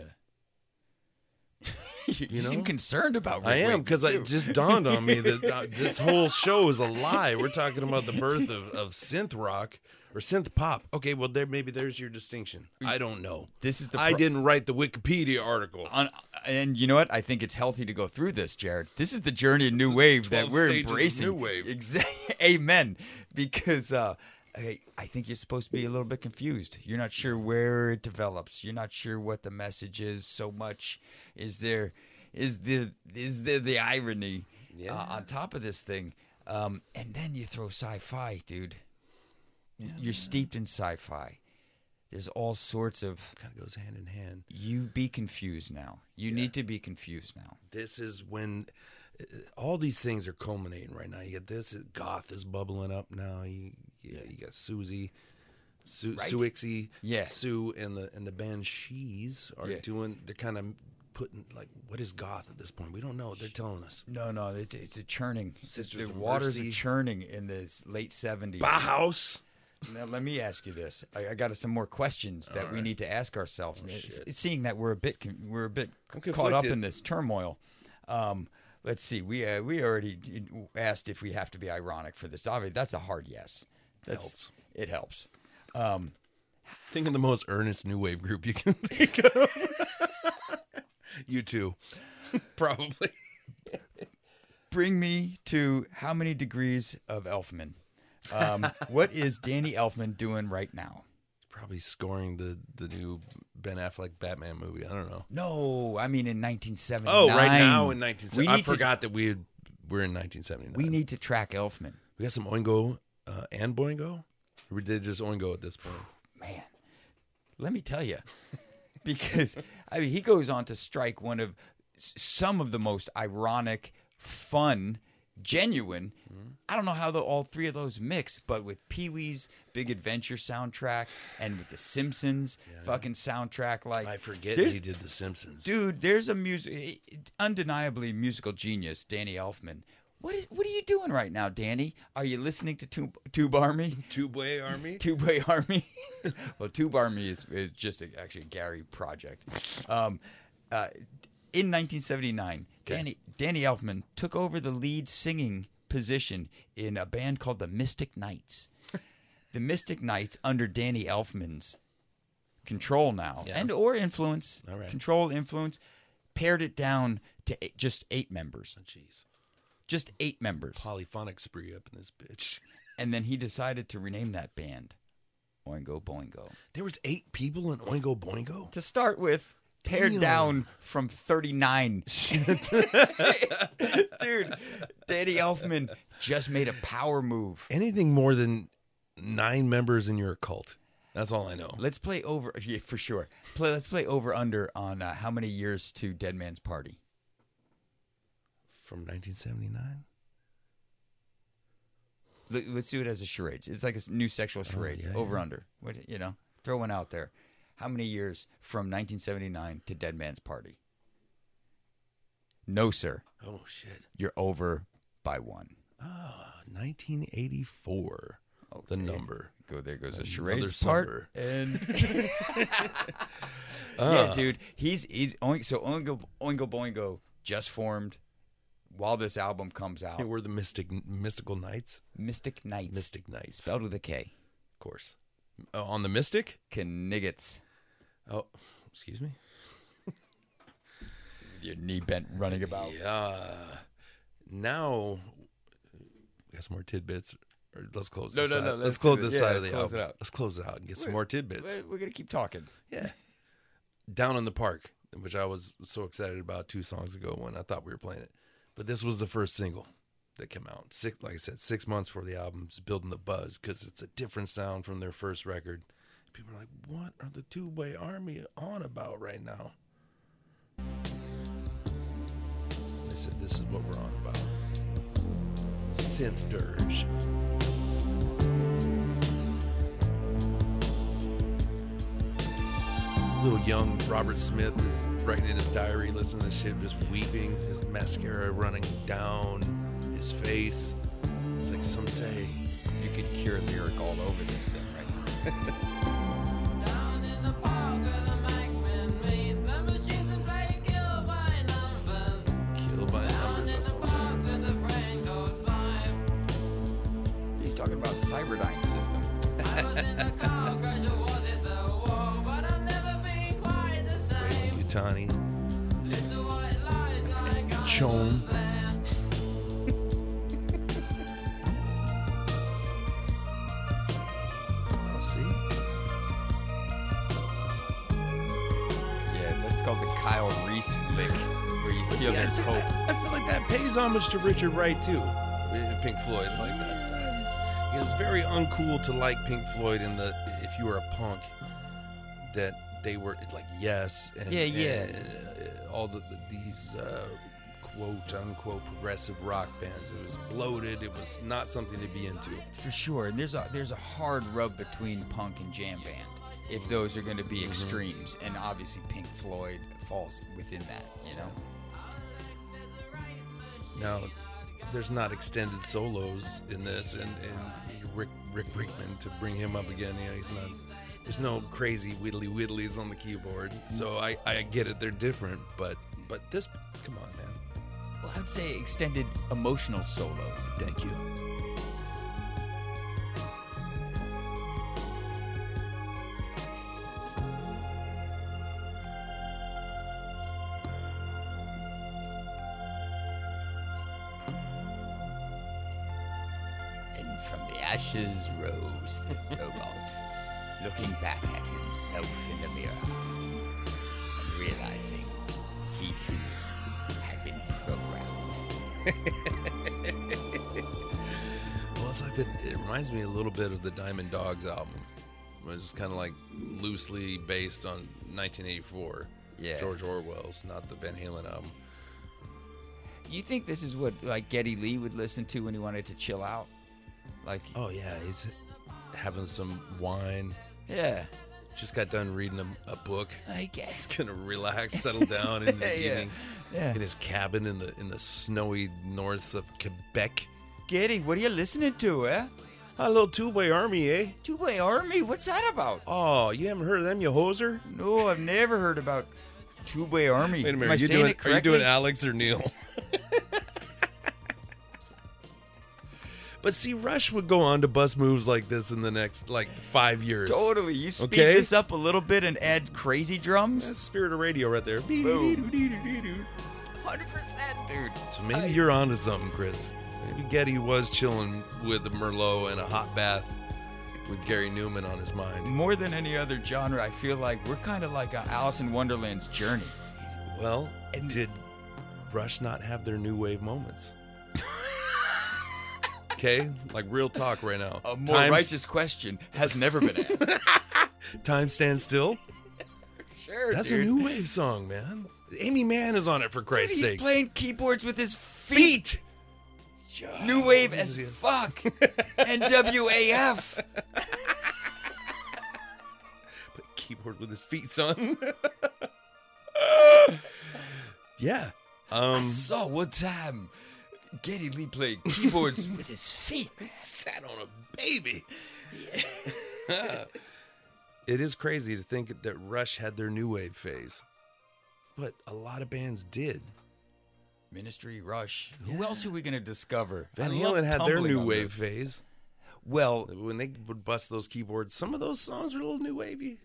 you, You seem know? concerned about. Rick I am Wakeman, because it too. just dawned on me that uh, this whole show is a lie. We're talking about the birth of, of synth rock or synth pop. Okay, well there maybe there's your distinction. I don't know. This is the I pro- didn't write the Wikipedia article. On, and you know what? I think it's healthy to go through this, Jared. This is the journey of new wave that 12 we're stages of embracing. new wave. Exactly. Amen. Because uh, I, I think you're supposed to be a little bit confused. You're not sure where it develops. You're not sure what the message is. So much is there. Is the is there the irony uh, on top of this thing? Um, and then you throw sci-fi, dude. You're steeped in sci-fi. There's all sorts of Kind of goes hand in hand. you be confused now. You need to be confused now. This is when uh, all these things are culminating right now. You get this uh, goth is bubbling up now. You, you, you got Susie. Su- Right. Suixi, Yeah. Sue and the and the Banshees are Yeah. doing. They're kind of putting like, what is goth at this point? We don't know. They're telling us. No, no, it's, it's a churning. Sisters the of waters Mercy. are churning in the s- late 70s. Bauhaus. Now, let me ask you this. I, I got some more questions that we need to ask ourselves. It's- it's seeing that we're a bit con- we're a bit c- caught up Oh, conflicted. in this turmoil. Um, let's see. We uh, we already d- asked if we have to be ironic for this. Obviously, that's a hard yes. That's, Helps. It helps. Think of the most earnest new wave group you can think of. you too, probably. bring me to how many degrees of Elfman? Um, what is Danny Elfman doing right now? Probably scoring the the new Ben Affleck Batman movie. I don't know. No, I mean in 1979. Oh, right now in nineteen We seventy. I need to- forgot that we had, we're in nineteen seventy nine. We need to track Elfman. we got some Oingo uh, and Boingo. We did just Oingo at this point. Man, let me tell you, because I mean he goes on to strike one of s- some of the most ironic, fun, genuine. I don't know how the, all three of those mix, but with Pee Wee's Big Adventure soundtrack and with the Simpsons fucking soundtrack, like I forget there's he did The Simpsons. dude there's a music undeniably musical genius danny elfman what is what are you doing right now danny are you listening to tube, tube army Two Boy Army. tube way army well tube army is, is just a, actually a gary project um, uh, in 1979 danny, danny elfman took over the lead singing position in a band called the mystic knights the mystic knights under danny elfman's control now and or influence All right. control influence pared it down to eight, just eight members Oh, Jeez, just eight members polyphonic spree up in this bitch. and then he decided to rename that band oingo boingo There was eight people in Oingo Boingo. to start with tear Damn. down from 39 dude danny elfman just made a power move Anything more than nine members in your cult. That's all I know. let's play over yeah, for sure play let's play over under on uh, how many years to dead man's party From 1979. Let, us do it as a charades it's like a s- new sexual charades Oh, yeah, over under what you know throw one out there how many years from 1979 to dead man's party no sir Oh shit. you're over by one Ah, 1984. the number. Go there goes the Another charades part. summer. And Uh. yeah, dude, he's he's Oink- so Oingo Oingo Boingo just formed while this album comes out. Hey, we're the mystic mystical knights. Mystic Knights, Mystic knights, spelled with a K. of course. Oh, on the mystic. Kniggets. Oh, excuse me. Your knee bent running about. Yeah. Uh, Now we got some more tidbits. Or let's close. No, this no, side. no, Let's, let's close do it. this Yeah, side of let's the close it album. out. Let's close it out and get some more tidbits. We're we're gonna keep talking. Yeah. Down in the Park, which I was so excited about two songs ago when I thought we were playing it. But this was the first single that came out. Six, like I said, six months before the album's building the buzz because it's a different sound from their first record. People are like, what are the two way army on about right now? They said, this is what we're on about. Synth dirge. Little young Robert Smith is writing in his diary, listening to this shit, just weeping, his mascara running down his face. It's like someday. You could cure lyric all over this thing right now. Down in the park where the mic men made the machines and play kill by numbers. Killed by Down numbers. in That's the all. park with the friend code five. He's talking about Cyberdyne system. I was in a car crash, I was at the wall, but I've never been quite the same. Utani. Little white lies like I Chom. was there. I'll see. Yeah, that's called the Kyle Reese lick, where you feel there's hope. I feel like that pays homage to Richard Wright too. with Pink Floyd, like that. It was very uncool to like Pink Floyd in the if you were a punk that they were like yes and Yeah, yeah. and, uh, all the, the these uh, quote unquote progressive rock bands. It was bloated. It was not something to be into. For sure, and there's a there's a hard rub between punk and jam band. If those are going to be extremes, and obviously Pink Floyd falls within that, you know. Now, there's not extended solos in this, and, and Rick Rick Rickman to bring him up again. You know, he's not. There's no crazy whittly whittlies on the keyboard. So I I get it. They're different, but but this. Come on, man. Well, I'd say extended emotional solos. Thank you. And from the ashes rose the robot, looking back at himself in the mirror and realizing he too had been programmed. Well, it's like the, it reminds me a little bit of the Diamond Dogs album. It was kind of like loosely based on 1984. Yeah. George Orwell's, not the Van Halen album. You think this is what like Getty Lee would listen to when he wanted to chill out? Like, Oh yeah, he's having some wine. yeah, Just got done reading a, a book. I guess. Gonna relax, settle down in the Yeah. evening Yeah. in his cabin in the in the snowy north of Quebec. Getty, what are you listening to, eh? A little two-way army, eh? Two-way army? What's that about? Oh, you haven't heard of them, you hoser? No, I've never heard about two-way army. Wait a minute, Am I are you saying doing it are you doing correctly? Alex or Neil? but see, Rush would go on to bust moves like this in the next like five years. Totally. You speed Okay. this up a little bit and add crazy drums. That's spirit of radio right there. Hundred percent, dude. So maybe you're onto something, Chris. Maybe Getty was chilling with a Merlot and a hot bath with Gary Newman on his mind. More than any other genre, I feel like we're kind of like a Alice in Wonderland's journey. Well, And- did Rush not have their new wave moments? okay, like real talk right now. A more Time's- righteous question has never been asked. Time stands still. sure, That's dude. a new wave song, man. Amy Mann is on it for Dude, Christ's he's sake. playing keyboards with his feet. New wave as fuck. NWAF. Keyboard with his feet, son. yeah. Um. So what time? Geddy Lee played keyboards with his feet. sat on a baby. it is crazy to think that Rush had their new wave phase, but a lot of bands did. Ministry, Rush. Who else are we going to discover? Van I love Halen had their tumbling new on wave this. phase. Well, When they would bust those keyboards, some of those songs were a little new wavy.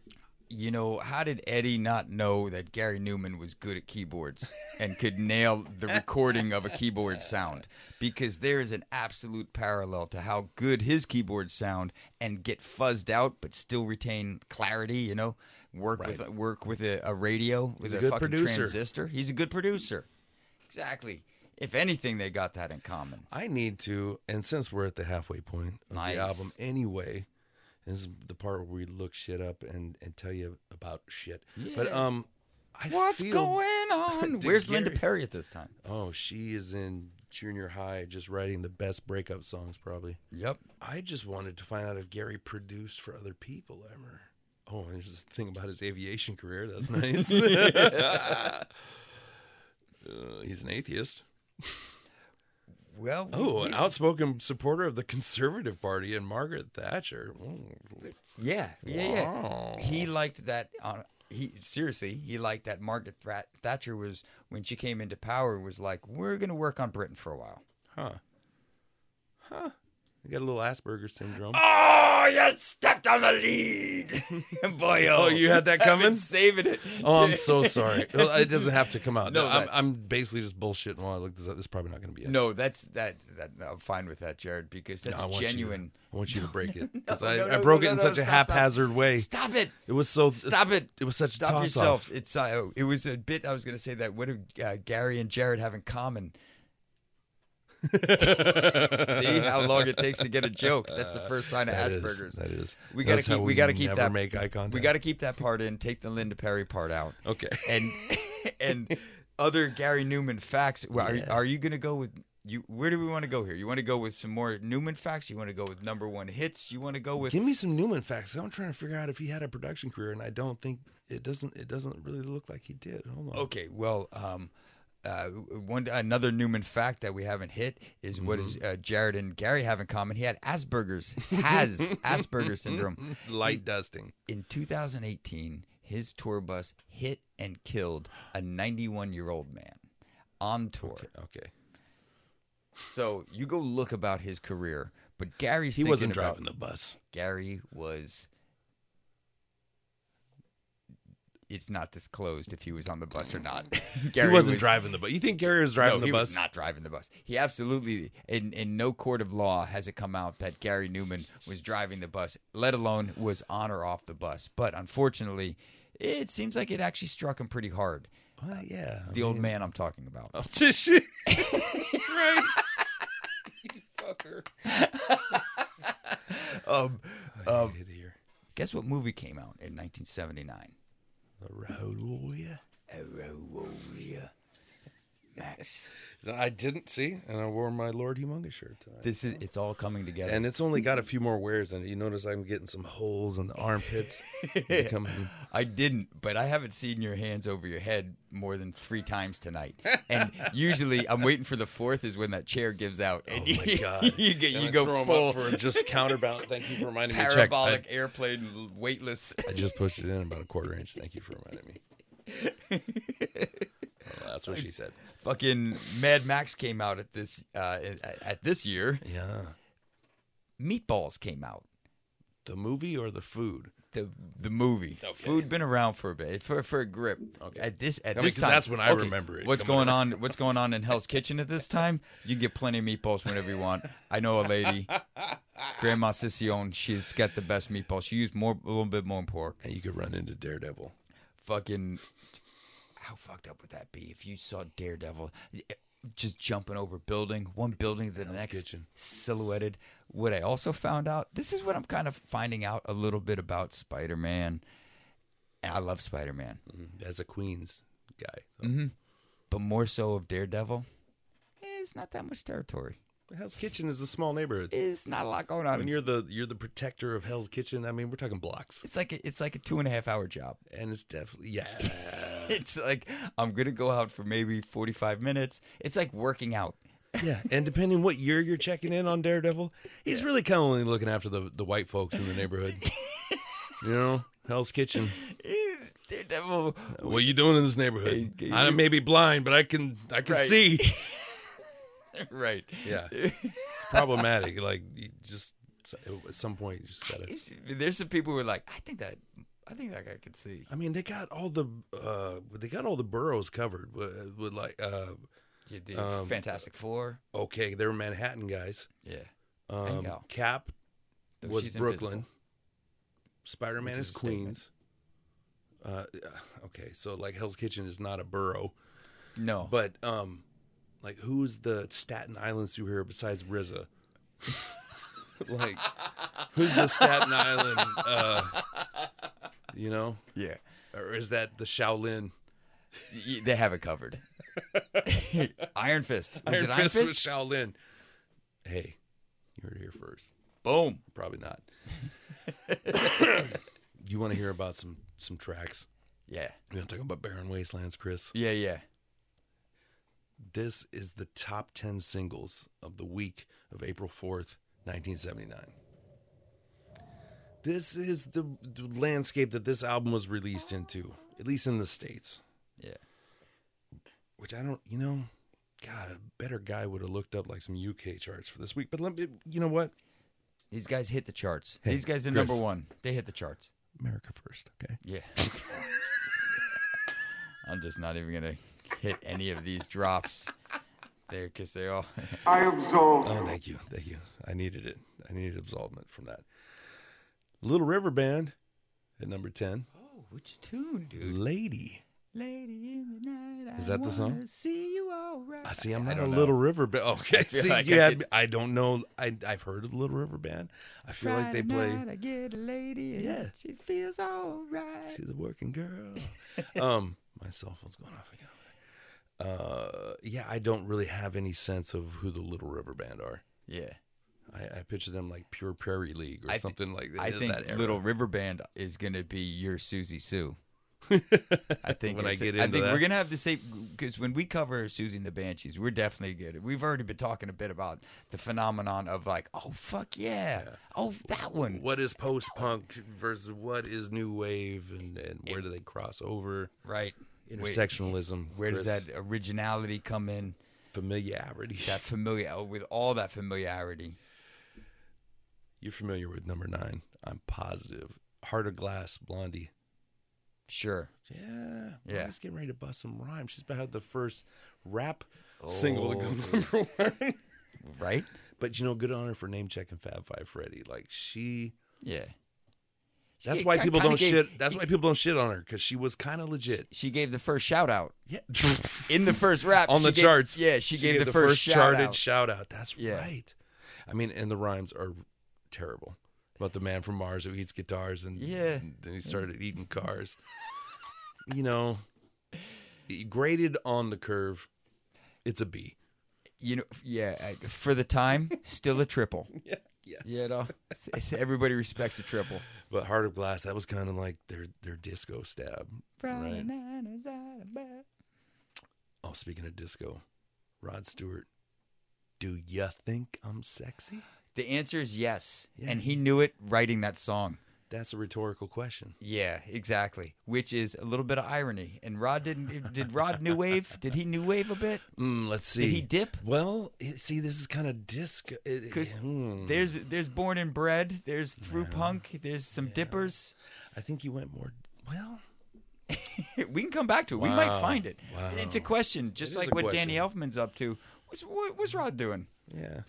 you know, how did Eddie not know that Gary Newman was good at keyboards and could nail the recording of a keyboard sound? Because there is an absolute parallel to how good his keyboards sound and get fuzzed out but still retain clarity, you know, work with work with a, a radio, with a a, good fucking producer. transistor. He's a good producer. Exactly. If anything, they got that in common. I need to, and since we're at the halfway point of Nice. the album anyway, this is the part where we look shit up and, and tell you about shit. But um, I What's feel- going on? Where's Linda Gary- Perry at this time? Oh, she is in junior high, just writing the best breakup songs probably. Yep. I just wanted to find out if Gary produced for other people ever. Oh, and there's this thing about his aviation career. That's nice. Uh, he's an atheist. Well, we- Oh, an outspoken supporter of the Conservative Party and Margaret Thatcher. Mm. Yeah, yeah, yeah. He liked that. On he seriously, he liked that Margaret Thra- Thatcher was when she came into power was like, we're gonna work on Britain for a while. Huh. Huh. You got a little Asperger's syndrome. Oh, you stepped on the lead, boy! Oh, you had that coming? saving it. Oh, I'm so sorry. Well, It doesn't have to come out. No, No, I'm, that's- I'm basically just bullshitting while I look this up. This is probably not going to be it. No, that's that. That I'm fine with that, Jared, because No, that's I want you to- genuine. I want you to break it because No, I, no, I no, broke no, it in no, such a stop, stop. haphazard way. Stop it! It was so Stop it! It was such a Stop toss-off. yourselves. It's uh, it was a bit. I was going to say that. What do uh, Gary and Jared have in common? See how long it takes to get a joke. That's the first sign of That is- Asperger's. that is. We gotta That's how keep. We gotta keep never that. Make eye contact. we gotta keep that part in. Take the Linda Perry part out. Okay. And and other Gary Newman facts. Well, are, are you gonna go with you? Where do we want to go here? You want to go with some more Newman facts? You want to go with number one hits? You want to go with Give me some Newman facts. I'm trying to figure out if he had a production career, and I don't think it doesn't. It doesn't really look like he did. Hold on. Okay, well, um, uh, one another Newman fact that we haven't hit is what is Mm-hmm. uh, Jared and Gary have in common. He had Asperger's, has Asperger's syndrome. Light dusting. In 2018, his tour bus hit and killed a 91 year old man on tour. Okay. So you go look about his career, but Gary's He thinking wasn't about- driving the bus. Gary was. It's not disclosed if he was on the bus or not. Gary he wasn't was- driving the bus. You think Gary was driving no, the he bus? was not driving the bus. He absolutely, in, in no court of law has it come out that Gary Newman was driving the bus, let alone was on or off the bus. But unfortunately, it seems like it actually struck him pretty hard. Well, yeah. I The old mean- man I'm talking about. Oh, shit. Christ. you fucker. Um, I hate it here. guess what movie came out in 1979? The road oh, warrior. Max. No, I didn't see, and I wore my Lord Humongous shirt tonight. This is it's all coming together. And it's only got a few more wears in it. You notice I'm getting some holes in the armpits. Become- I didn't, but I haven't seen your hands over your head more than three times tonight. And usually, I'm waiting for the fourth is when that chair gives out. And Oh my you, God. you get And you I go throw 'em full up for just counterbalance. Thank you for reminding me. to check. parabolic airplane, l- weightless. I, I just pushed it in about a quarter inch. Thank you for reminding me. Well, that's what she said. Fucking Mad Max came out at this uh, at- at this year. Yeah. Meatballs came out. The movie or the food? The, the movie food been around for a bit for for a grip at this at mean, this 'cause time that's when I remember it what's coming going on what's going on in Hell's Kitchen at this time you can get plenty of meatballs whenever you want I know a lady Grandma Sicione she's got the best meatballs she used more a little bit more pork And you could run into Daredevil. fucking how fucked up would that be if you saw Daredevil eh, just jumping over building one building to the next Kitchen. silhouetted what I also found out this is what I'm kind of finding out a little bit about Spider-Man and I love Spider-Man As a Queens guy, but more so of Daredevil eh, it's not that much territory Hell's Kitchen is a small neighborhood. it's not a lot going on When you're the you're the protector of Hell's Kitchen, I mean, we're talking blocks, it's like a, it's like a two and a half hour job and it's definitely yeah. it's like I'm gonna go out for maybe 45 minutes. It's like working out. Yeah, and depending what year you're checking in on Daredevil, he's really kind of only looking after the the white folks in the neighborhood. you know, Hell's Kitchen. Eh, Daredevil. What are you doing in this neighborhood? I may be blind, but I can I can Right. see. Right. Yeah, it's problematic. Like you just at some point you just gotta. There's some people who are like, I think that, I think that guy could see. I mean, they got all the uh they got all the boroughs covered with, with like uh You did Fantastic Four. okay, they were Manhattan guys. Um, Yeah. Um, gal. Cap Though was she's Brooklyn. invisible. Spider Man Which is, is a statement. Queens. Uh, okay, so like Hell's Kitchen is not a borough, No. but um, like who's the Staten Island superhero besides RZA? like, who's the Staten Island? Uh, you know, yeah. or is that the Shaolin? Y- They have it covered. Iron Fist. Was it Iron Fist? was Shaolin. Hey, you heard it here first. Boom. Probably not. you want to hear about some some tracks? Yeah. You know, talking about Barren Wastelands, Chris. Yeah. Yeah. This is the top ten singles of the week of April fourth, nineteen seventy nine. This is the, the landscape that this album was released into, at least in the states. Yeah. Which I don't, you know, God, a better guy would have looked up like some UK charts for this week. But let me, you know what? These guys hit the charts. Hey, These guys are Chris. number one. They hit the charts. America first, okay? Yeah. I'm just not even gonna hit any of these drops there because they all. I absolve. Oh, thank you, thank you. I needed it. I needed absolvement from that. Little River Band at number ten. oh, which tune, dude? Lady. Lady in the night. Is I that the song? wanna See you all right. I see. I'm not a don't know. Little River Band. Okay, feel see, like you I had could- me- I don't know. I I've heard of the Little River Band. I feel like they Friday play. night I get a lady. and Yeah. She feels all right. She's a working girl. um, my cell phone's going off again. Uh, yeah, I don't really have any sense of who the Little River Band are. Yeah. I, I picture them like pure Prairie League or I thi- something like I that think era. Little River Band is gonna be your Susie Sue. I think When I it's- get I into think that. we're gonna have the same because when we cover Susie and the Banshees, we're definitely good. We've already been talking a bit about the phenomenon of like, oh fuck yeah, oh that one, what is post punk versus what is new wave and, and where do they cross over? right? Intersectionalism. Where, where does Chris. that originality come in? familiarity? That familiar oh, with all that familiarity. You're familiar with number nine. I'm positive. Heart of Glass, Blondie. Sure, Yeah, Yeah. Blondie's getting ready to bust some rhymes. She's about to have the first rap Oh. single to go number one. right? But you know, good on her for name checking Fab Five Freddy. Like she, Yeah. that's Yeah, why ki- people kinda don't gave- shit. That's why people don't shit on her because she was kind of legit. She gave the first shout out Yeah, in the first rap on she the gave- charts. Yeah, she, gave, the, first, shout charted out. shout out. That's Yeah. right. I mean, and the rhymes are terrible about the man from Mars who eats guitars and Yeah. and then he started eating cars. you know, graded on the curve, it's a B. you know, yeah, I- for the time, still a triple. Yeah. Yes. You know, S- s- everybody respects a triple. But Heart of Glass, that was kind of like their their disco stab. Right. Oh, speaking of disco, Rod Stewart. Do you think I'm sexy? The answer is yes, Yeah. and he knew it writing that song. That's a rhetorical question. Yeah, exactly. Which is a little bit of irony. And Rod didn't. Did Rod new wave? Did he new wave a bit? Mm, let's see. Did he dip? Well, it, see, this is kind of disc. uh, it- it- 'Cause hmm. There's there's born and bred. There's through punk. There's some dippers. I think you went more. Well, We can come back to it. We might Wow. find it. Wow. It's a question, just is like a what question. Danny Elfman's up to. What's what, what's Rod doing? yeah.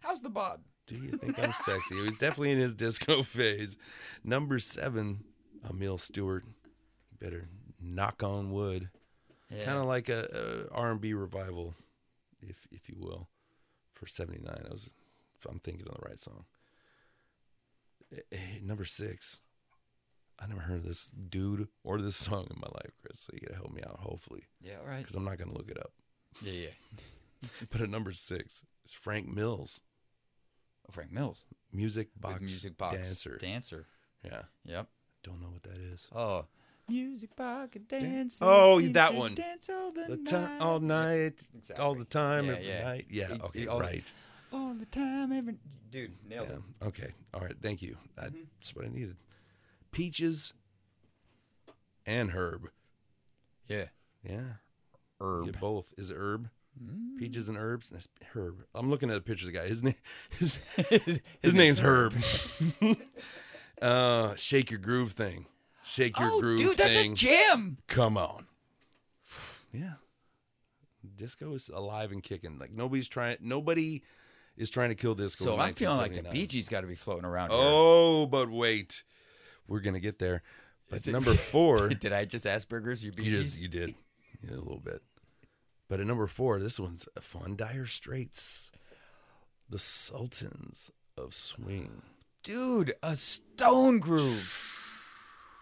How's the bod? Do you think I'm sexy? He was definitely in his disco phase. Number seven, Emil Stewart. You better knock on wood. Kind of like a, a R&B revival, if if you will, for '79. I was, if I'm thinking of the right song. Eh, eh, Number six. I never heard of this dude or this song in my life, Chris. So you gotta help me out, hopefully. Yeah, all right. because I'm not going to look it up. Yeah, yeah. But at number six is Frank Mills, Oh, Frank Mills, music Big box, music box dancer. dancer. yeah, Yep. don't know what that is. Oh, Music box dance. Oh, that one. Dance all the, The oh. time. time, all night, all exactly. the time, Yeah, every yeah. night. Yeah. It- okay. it all- right. all the time. Every dude nailed it. Yeah, Okay. All right. Thank you. That's Mm-hmm. what I needed. Peaches and herb. Yeah. Yeah. Herb. Mm. You both is it herb. Peaches and herbs. That's herb. I'm looking at a picture of the guy. His name. His, his, name's Herb. uh, shake your groove thing. Shake your oh, groove dude, that's thing. a jam. Come on. Yeah. Disco is alive and kicking. Like nobody's trying. Nobody is trying to kill disco. So in I'm feeling like the 1979. Bee Gees got to be floating around. here. Oh, but wait, we're gonna get there. But it- number four, Did I just Asperger's your Bee you Gees? just you did yeah, a little bit. But at number four, this one's a fun. Dire Straits, the Sultans of Swing. dude, a stone groove.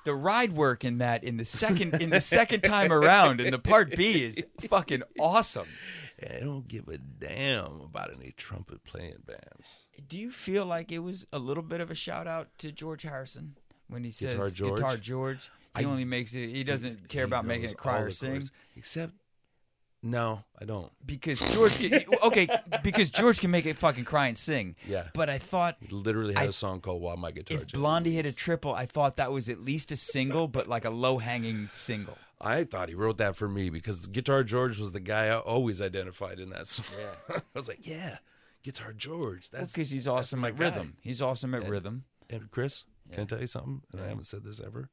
The ride work in that in the second in the second time around in the part B is fucking awesome. I don't give a damn about any trumpet playing bands. Do you feel like it was a little bit of a shout out to George Harrison when he says Guitar Guitar George? George? he only makes it. He doesn't care He about making knows it cry all or the sing chords, except no, I don't. because George can. okay, because George can make it fucking cry and sing. Yeah. But I thought He literally had I- a song called "While My Guitar." if Gently Blondie hit Weeps. a triple, I thought that was at least a single, but like a low hanging single. I thought he wrote that for me because Guitar George was the guy I always identified in that song. I was like, yeah, Guitar George. That's Because he's that's awesome my at guy. rhythm. He's awesome at rhythm. And Chris, can I tell you something? And I haven't said this ever.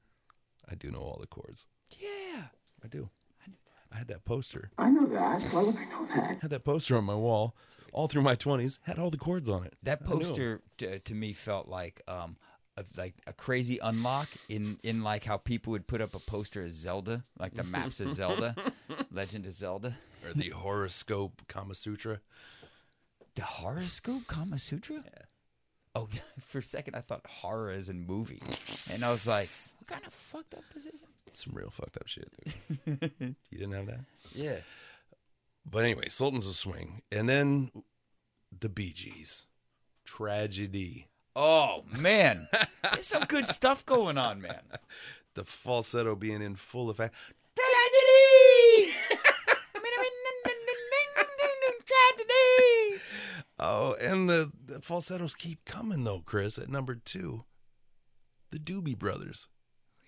I do know all the chords. Yeah. I do. I had that poster. I know that. Why would I know that? had that poster on my wall all through my 20s. Had all the chords on it. That I knew 'em. poster to, to me felt like um a, like a crazy unlock in in like how people would put up a poster of Zelda, like the maps of Zelda, Legend of Zelda, Or the horoscope Kama Sutra. the horoscope Kama Sutra. Oh, for a second I thought horror is in movie, and I was like, what kind of fucked up position? Some real fucked up shit, dude. you didn't have that? Yeah. But anyway, Sultans of Swing. And then the Bee Gees. Tragedy. Oh man, there's some good stuff going on, man. the falsetto being in full effect. Oh, and the, the falsettos keep coming though, Chris. At number two, the Doobie Brothers.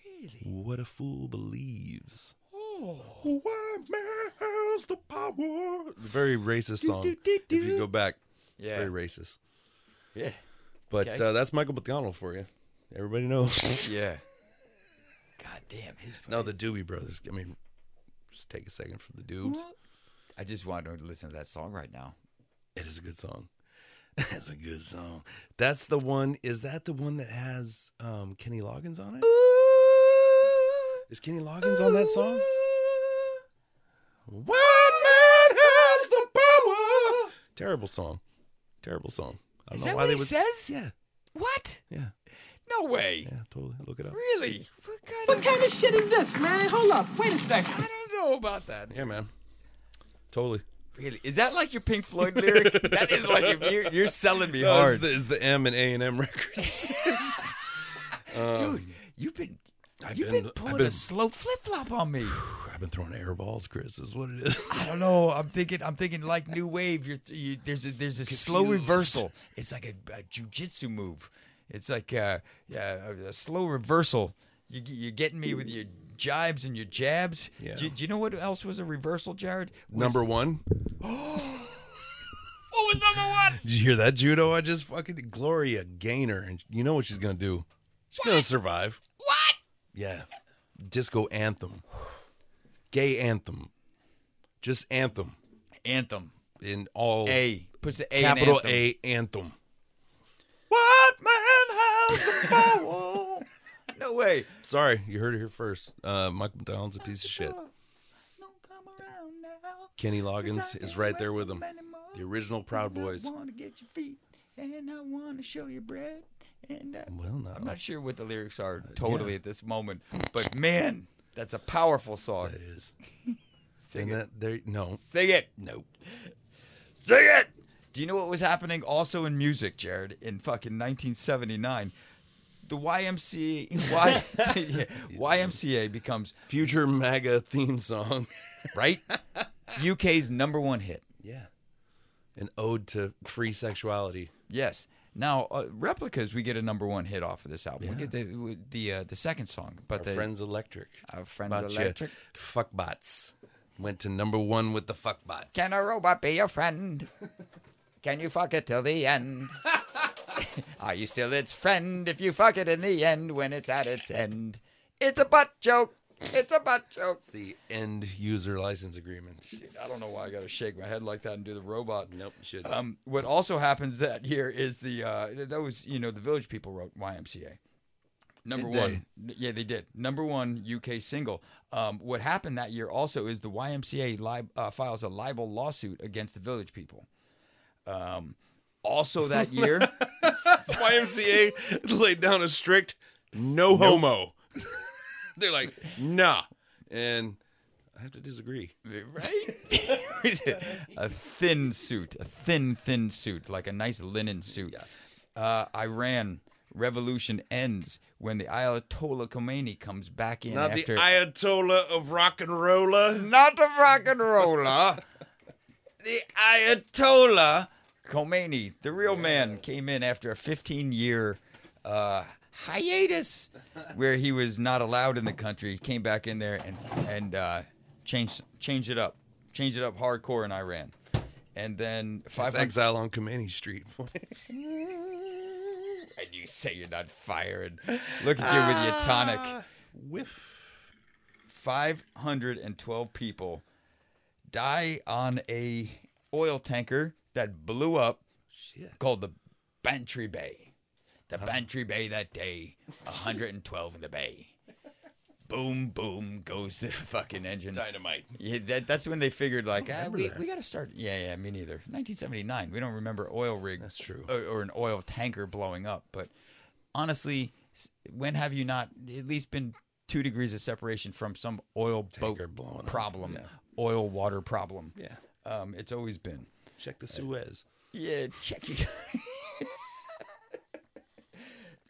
Really? What a fool believes. Oh, what man has the power? Very racist song. do, do, If you do. go back, Yeah. it's very racist. Yeah, But Okay. uh, that's Michael McDonald for you. Everybody knows. yeah. God damn, his no, the Doobie Brothers. I mean, just take a second for the Doobs. I just wanted to listen to that song right now. It is a good song. That's a good song. That's the one. Is that the one that has um, Kenny Loggins on it? Is Kenny Loggins on that song? One man has the power. Terrible song. Terrible song. I don't Is know that why what they he would. says? Yeah, What? yeah, No way. yeah. Totally. Look it up. Really? What kind of? kind of shit is this, man? Hold up, wait a second. I don't know about that. Yeah, man. Totally. Really? Is that like your Pink Floyd lyric? that is like if you're, you're selling me No, it's hard, the, it's the M and A and M records. dude. You've been. I've You've been- been, I've pulling been- a slow flip flop on me. I've been throwing airballs, Chris. Is what it is. I don't know. I'm thinking. I'm thinking like new wave. You're, you, there's a there's a slow Confused. reversal. It's like a, a jujitsu move. It's like uh, yeah, a, a slow reversal. You, you're getting me with your jibes and your jabs. Yeah. Do, do you know what else was a reversal, Jared? Was- Number one. What was number one? Did you hear that judo? I just fucking Gloria Gaynor, and you know what she's gonna do? She's gonna survive. What? Yeah, disco anthem, gay anthem, just anthem Anthem. in all A puts the A in capital anthem. A anthem. What man has the power? no way. Sorry, you heard it here first. Uh, Mike McDonald's a piece of shit. Don't come around now. Kenny Loggins is right there with him. The original Proud Boys. I want to get your feet and I want to show your bread. And I... Well, no, I'm not sure what the lyrics are totally at this moment, but man, that's a powerful song. it is. And that there, no, Sing it. no. Sing it. Do you know what was happening also in music, Jared, in fucking 1979? The the YMCA, y, yeah, YMCA becomes Future MAGA theme song. right UK's number one hit. Yeah. An ode to free sexuality. Yes. Now uh, replicas, we get a number one hit off of this album. We get the w- the uh, the second song, but Our the friends electric. Our Friends ya Electric. Fuckbots. Went to number one with the fuckbots. can a robot be your friend? Can you fuck it till the end? Are you still its friend if you fuck it in the end when it's at its end? It's a butt joke. It's a butt joke. It's the end user license agreement. I don't know why I got to shake my head like that and do the robot. Nope, should Um, what also happens that year is the uh, th- that was you know the Village People wrote YMCA. Number Did they? one, N- yeah, they did. Number one UK single. Um, what happened that year also is the YMCA lib- uh, files a libel lawsuit against the Village People. Um, also that year, YMCA laid down a strict no homo. They're like, nah. And I have to disagree. right? a thin suit, a thin, thin suit, like a nice linen suit. Yes. Uh, Iran revolution ends when the Ayatollah Khomeini comes back in Not after the Ayatollah of rock and roller. not the rock and roller, the Ayatollah Khomeini, the real man, came in after a 15 year uh, hiatus where he was not allowed in the country. He came back in there and and uh, changed changed it up, changed it up hardcore in Iran, and then five That's Exile on Khomeini Street. And you say you're not fired. Look at you with your tonic. Uh, Whiff. 512 people die on a oil tanker that blew up called the Bantry Bay. The Uh-huh. Bantry Bay that day, 112 in the bay. Boom, boom goes the fucking engine. Dynamite. Yeah, that, that's when they figured like ah, remember we, that. we got to start. Yeah, yeah, me neither. 1979. We don't remember oil rig. That's true. Or, or an oil tanker blowing up. But honestly, s- when have you not at least been two degrees of separation from some oil Tanker boat blowing up, problem, yeah. oil water problem? Yeah. Um, it's always been. Check the Suez. Yeah, check you.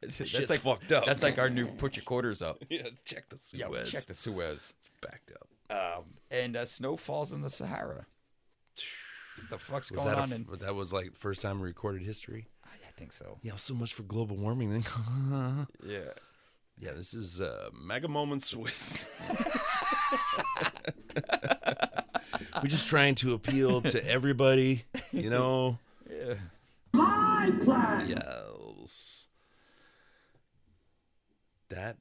Shit's fucked up. That's like our new put your quarters up. Yeah, check the Suez. Yeah, check the Suez. It's backed up. And uh, snow falls in the Sahara. What the fuck's Was going that, on a, in that was like first time in recorded history. I think so. Yeah, so much for global warming. Then. Yeah. yeah, this is uh, mega moments with. We're just trying to appeal to everybody, you know. Yeah. My plan. Yes. That.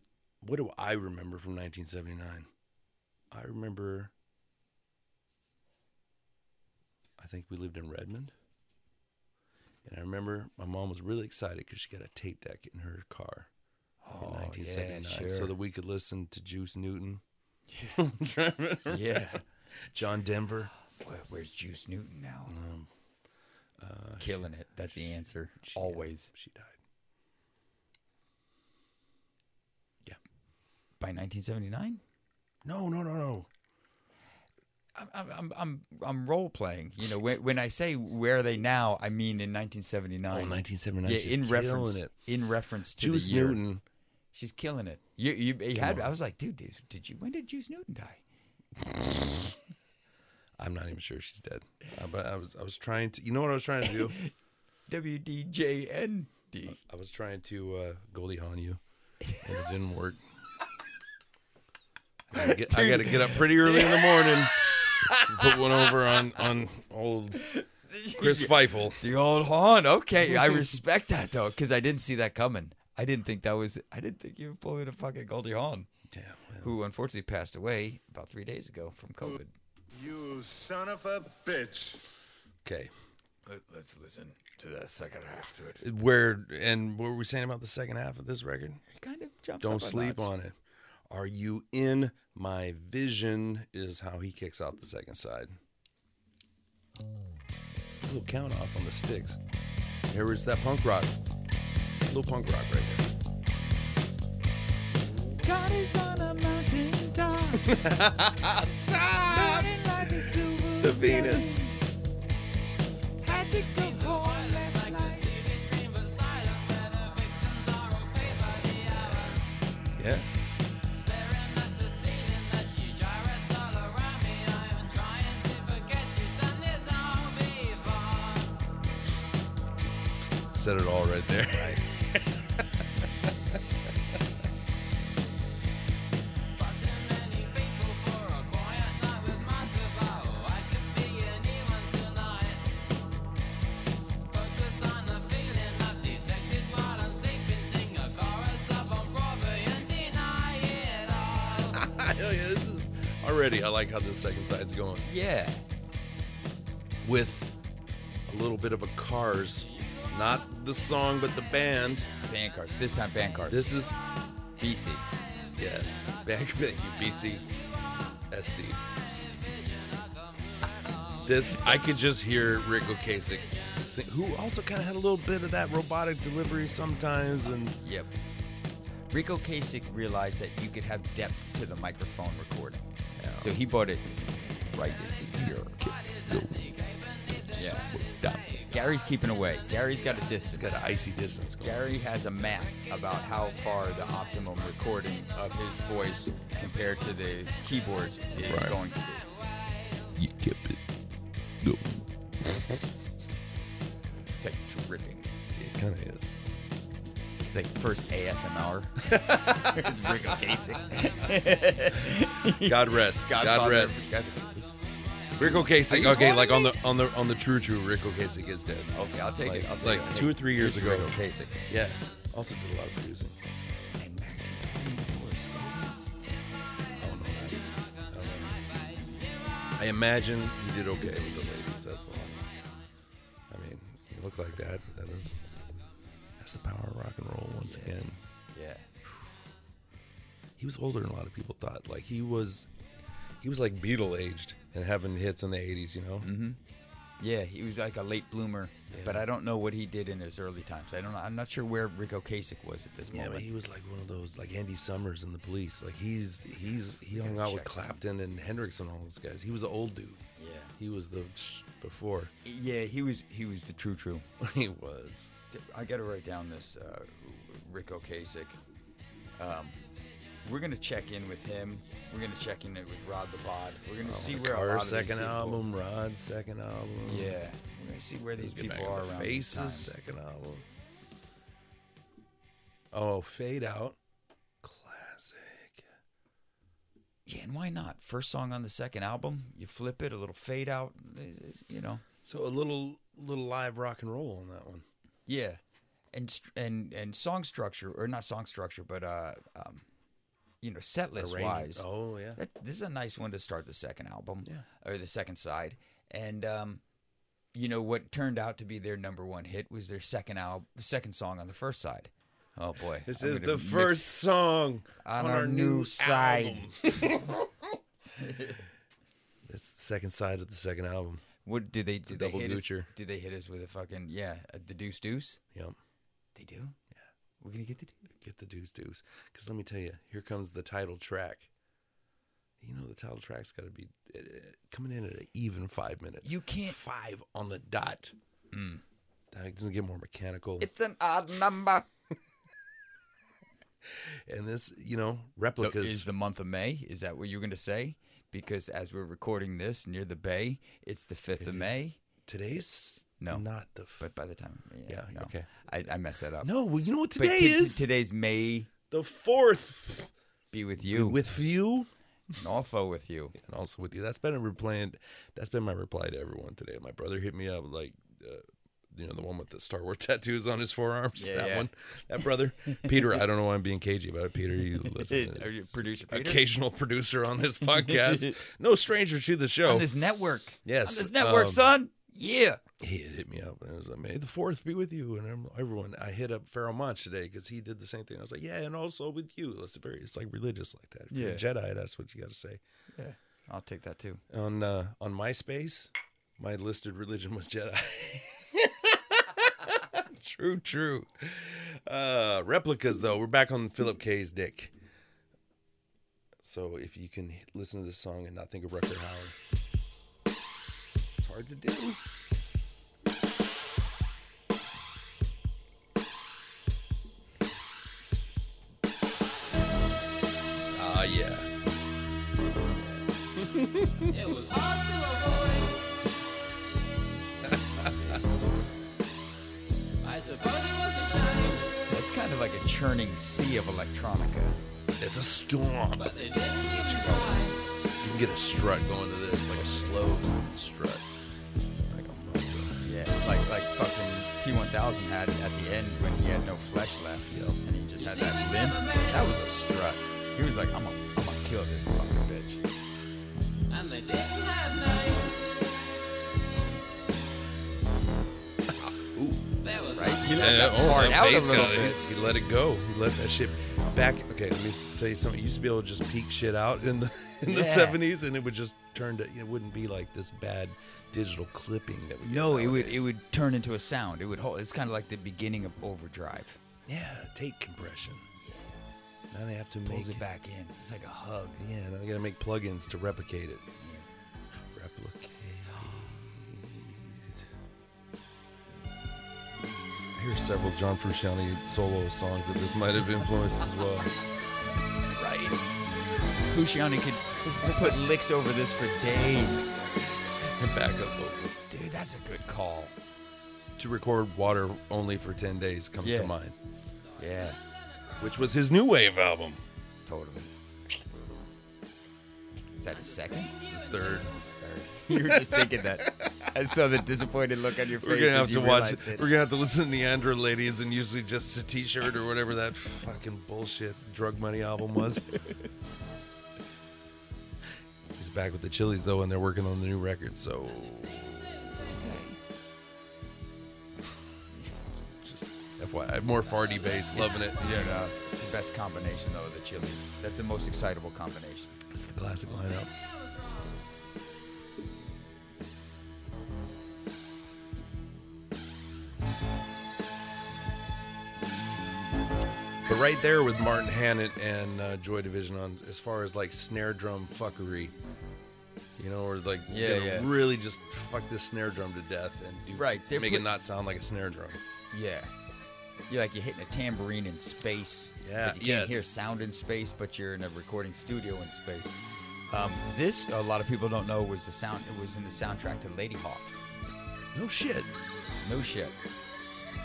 What do I remember from 1979? I remember. I think we lived in Redmond. And I remember my mom was really excited because she got a tape deck in her car Oh, in 1979 so that we could listen to Juice Newton. yeah. John Denver. Where, where's Juice Newton now? Um, Uh, Killing it. That's the answer. Always. She died. By 1979? No, no, no, no. I'm, I'm, I'm, I'm, I'm role playing. You know, when, when I say where are they now, I mean in 1979. Oh, 1979, Yeah, she's in killing reference. it. In reference to Juice the year. Newton. She's killing it. You, you, you had. I was like, dude, did, did you? When did Juice Newton die? I'm not even sure she's dead. Uh, but I was I was trying to you know what I was trying to do? WDJND. I was trying to uh, Goldie Hawn you, and it didn't work. I, get- I got to get up pretty early in the morning. Put one over on on old Chris Feifel. The old horn. Okay, I respect that though, because I didn't see that coming. I didn't think that was. I didn't think you were pulling a fucking Goldie Hawn, Damn, well, who unfortunately passed away about three days ago from COVID. You son of a bitch. okay. Let's listen to the second half to it. Where and what were we saying about the second half of this record? It kind of jumps. Don't up a sleep notch. on it. Are you in my vision? Is how he kicks off the second side. Little count off on the sticks. Here is that punk rock. Little punk rock right here. God is on a mountain top. Stop. Like a it's the Venus. Like the TV screen, but silent, where the victims are opaque by the said it all right there. Hell yeah, this is already. I like how this second side's going Yeah. with a little bit of a Cars, not the song but the band. Band cars. This time band cars. This is BC. yes, back thank you, BC, SC. This I could just hear Rick Ocasek, sing, who also kind of had a little bit of that robotic delivery sometimes, and Yep. Rico Kasich realized that you could have depth to the microphone recording. Yeah. So he bought it right into here. Yeah. Gary's keeping away. Gary's got a distance. got an icy distance going. Gary has a math about how far the optimum recording of his voice compared to the keyboards is Right. going to be. You kept it. It's like dripping. It kind of is. It's like first ASMR. it's Rico Kasich. God rest. God, Godfather. rest. God- Rick Ocasek. Okay, like on the on the on the true true, Rick Ocasek is dead. Okay, I'll take it. Like- I'll take like it. two or three years Here's ago. Rico Kasich. Yeah. Also did a lot of producing. And back to correspondence. I don't know. I, I don't know. I imagine he did okay with the ladies. That's all. I mean, you look like that. That is. That's the power of rock and roll once again. Yeah. He was older than a lot of people thought. Like he was, he was like Beatle aged and having hits in the '80s. You know. Mm-hmm. Yeah, he was like a late bloomer, but Yeah. I don't know what he did in his early times. I don't know. I'm not sure where Rico Kasich was at this Yeah, moment. but he was like one of those like Andy Summers in the police. Like he's he's he hung gotta out with check him. Clapton and Hendrix and all those guys. He was an old dude. Yeah. He was the sh- before. yeah, he was he was the true true. he was. I got to write down this uh, Rico Kasich. Um, we're gonna check in with him. We're gonna check in with Rod the Bod. We're gonna see where a lot our of these Oh, second people- album, Rod's second album. Yeah, Mm-hmm. we're gonna see where these Get back people are on the around these Faces times. second album. Oh, Fade Out. Classic. Yeah, and why not? First song on the second album, you flip it, a little fade out, it's- it's, you know. So a little little live rock and roll on that one. Yeah, and st- and and song structure, or not song structure, but uh, um, you know, set list Arrangement. wise. Oh yeah. That, this is a nice one to start the second album, Yeah. or the second side, and um, you know what turned out to be their number one hit was their second album, second song on the first side. Oh boy, This I'm is gonna the mix- first song on our new side. That's the second side of the second album. What do they do? They double hit us, Gucci. Do they hit us with a fucking yeah, a, the deuce deuce? Yep. They do. Yeah, we're gonna get the deuce. Get the deuce deuce. Because let me tell you, here comes the title track. You know the title track's got to be uh, coming in at an even five minutes. You can't- Mm. five on the dot. That doesn't get more mechanical. It's an odd number. and this, you know, The- replicas. is the month of May? Is that what you're going to say? Because as we're recording this near the Bay, it's the 5th of May. today's No. not the. F- But by the time, yeah, Yeah, no, okay. I, I messed that up. no, well, you know what but today t- t- is today's May the fourth be with you, with with you. Norfolk with you. and also with you. That's been a reply. That's been my reply to everyone today. My brother hit me up like, uh, you know, the one with the Star Wars tattoos on his forearms. Yeah, that yeah. one. That brother, Peter. I don't know why I'm being cagey about it. Peter, you listen. Are you producer Peter? Occasional producer on this podcast. no stranger to the show. On this network. Yes, On this network, um, son. Yeah. he had hit me up and I was like, "May the Fourth be with you." And I'm- everyone, I hit up Pharaoh Monch today because he did the same thing. I was like, "Yeah, and also with you." It's very, it's like religious like that. If you're a Yeah. Jedi. That's what you got to say. Yeah. I'll take that too. on uh, on MySpace, my listed religion was Jedi. true, true. Uh, replicas, though, we're back on Philip K's dick. So if you can listen to this song and not think of Rucker Howard, it's hard to do. Ah, yeah. It was hard to avoid. I suppose it was a shame, That's kind of like a churning sea of electronica. It's a storm. but they didn't even try. You can get a strut going to this, like a slow s- strut. Like a motor. Yeah, like like fucking T1000 had at the end when he had no flesh left, and he just had see, that we limp. never met. That was a strut. He was like, I'm gonna I'm gonna kill this fucking bitch. And they didn't have names. There was Right? He let Yeah, that oh, fart that out a bass little guy, bit. He, he let it go. He let that shit back. Okay, let me s- tell you something. You used to be able to just peek shit out in the in the Yeah. seventies, and it would just turn to. It wouldn't be like this bad digital clipping that we. get No, it would nowadays. it would turn into a sound. It would hold. It's kind of like the beginning of overdrive. Yeah, tape compression. Now they have to Pulls make it back in. It's like a hug. Yeah, now they gotta make plugins to replicate it. Replicate. I hear several John Frusciante solo songs that this might have influenced as well. Right. Cusciani could put licks over this for days. And backup vocals. Dude, that's a good call. To record water only for 10 days comes Yeah. to mind, Yeah, which was his new wave album. totally. Is that a second? It's his third. It's third. You were just thinking that. I saw the disappointed look on your face. We're gonna as have you to watch. realized it. We're gonna have to listen to Neandra Ladies and usually just a T-shirt or whatever that fucking bullshit drug money album was. He's back with the Chili's though, and they're working on the new record, so just FYI, more farty bass, loving it. Yeah, no, uh, it's the best combination though. of The Chili's. That's the most excitable combination. It's the classic lineup. But right there with Martin Hannett and uh, Joy Division on as far as like snare drum fuckery, you know, or like Yeah, gonna yeah. really just fuck this snare drum to death and do Right, they make put- it not sound like a snare drum. Yeah. You're like you're hitting a tambourine in space. Yeah, But you can't yes. hear sound in space, but you're in a recording studio in space. Um, this a lot of people don't know was the sound. It was in the soundtrack to Lady Hawk. No shit. No shit.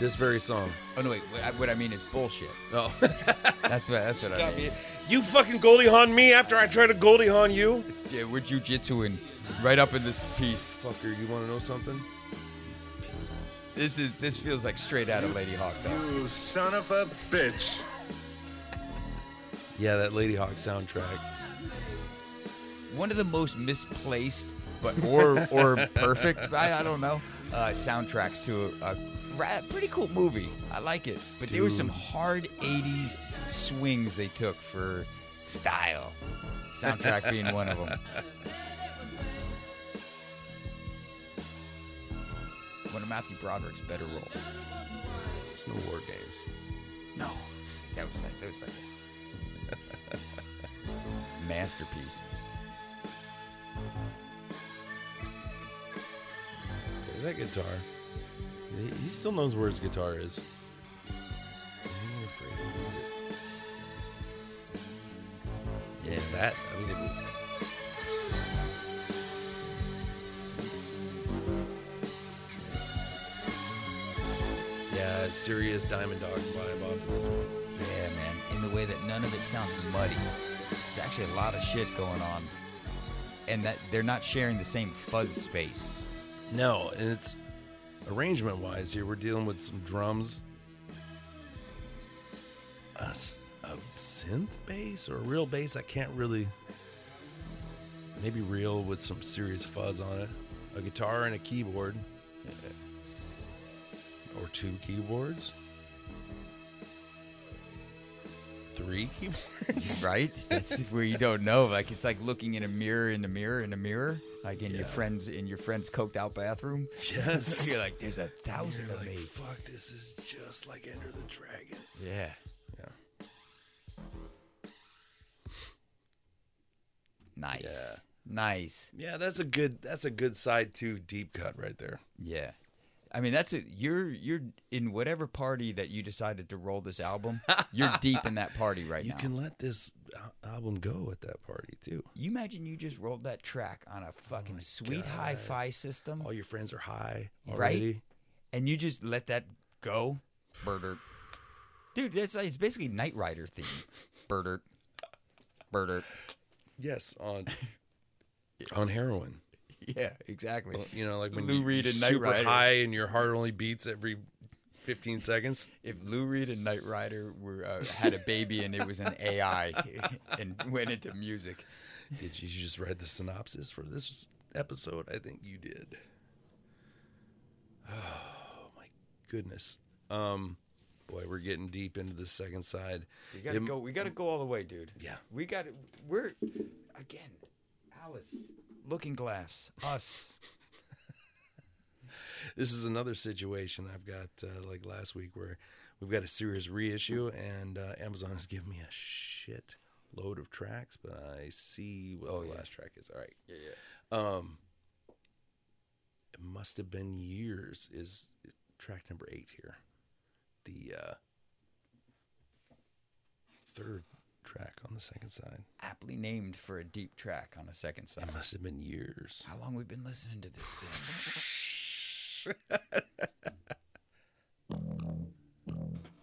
This very song. Oh no, wait. What I, what I mean is bullshit. Oh, That's what. That's what I mean. you fucking Goldie Hawn me after I try to Goldie Hawn you. It's, yeah, we're jujitsuing right up in this piece. Fucker, you want to know something? This is this feels like straight out of Lady Hawk though. You son of a bitch. Yeah, that Lady Hawk soundtrack. One of the most misplaced, but or or perfect. I, I don't know. Uh, soundtracks to a, a ra- pretty cool movie. I like it, but there were some hard '80s swings they took for style. Soundtrack being one of them. One of Matthew Broderick's better roles. It's no war games. No, that was like that was like a masterpiece. There's that guitar. He- He still knows where his guitar is. He ain't afraid of music. Yeah, What's that? That was a- Yeah, serious Diamond Dogs vibe off of this one. yeah, man. In the way that none of it sounds muddy. It's actually a lot of shit going on, and that they're not sharing the same fuzz space. No, and it's arrangement wise here. We're dealing with some drums, a, s- a synth bass or a real bass. I can't really. Maybe real with some serious fuzz on it. A guitar and a keyboard. Or two keyboards. Three keyboards. Right? That's where you don't know. Like it's like looking in a mirror in the mirror in a mirror. Like in your friends in your friend's coked out bathroom. Yes. You're like, there's a thousand You're of like, me. fuck, this is just like Enter the Dragon. Yeah. Yeah. Nice. Yeah. Nice. Yeah, that's a good that's a good side two deep cut right there. Yeah. I mean that's it. You're you're in whatever party that you decided to roll this album. You're deep in that party right You now. can let this al- album go at that party too. you imagine you just rolled that track on a fucking sweet hi-fi system, All your friends are high Right? already. and you just let that go. Burder. Dude, it's, it's basically Knight Rider theme. Burder. Burder. Yes, on on heroin. Yeah, exactly. You know, like when Lou you, Reed you're and Knight super Rider. high and your heart only beats every 15 seconds. If Lou Reed and Knight Rider were uh, had a baby and it was an AI and went into music, Did you just read the synopsis for this episode? I think you did. Oh my goodness. Um boy, we're getting deep into the second side. we gotta It- go. We gotta go all the way, dude. Yeah. we got. to We're again, Alice, Looking Glass, us. This is another situation I've got uh, like last week where we've got a serious reissue and uh, Amazon has given me a shit load of tracks, but I see what the last track is. All right. Yeah, yeah. Um it must have been years is is track number 8 here. The uh third track on the second side. aptly named for a deep track on a second side. It must have been years. How long we've been listening to this thing?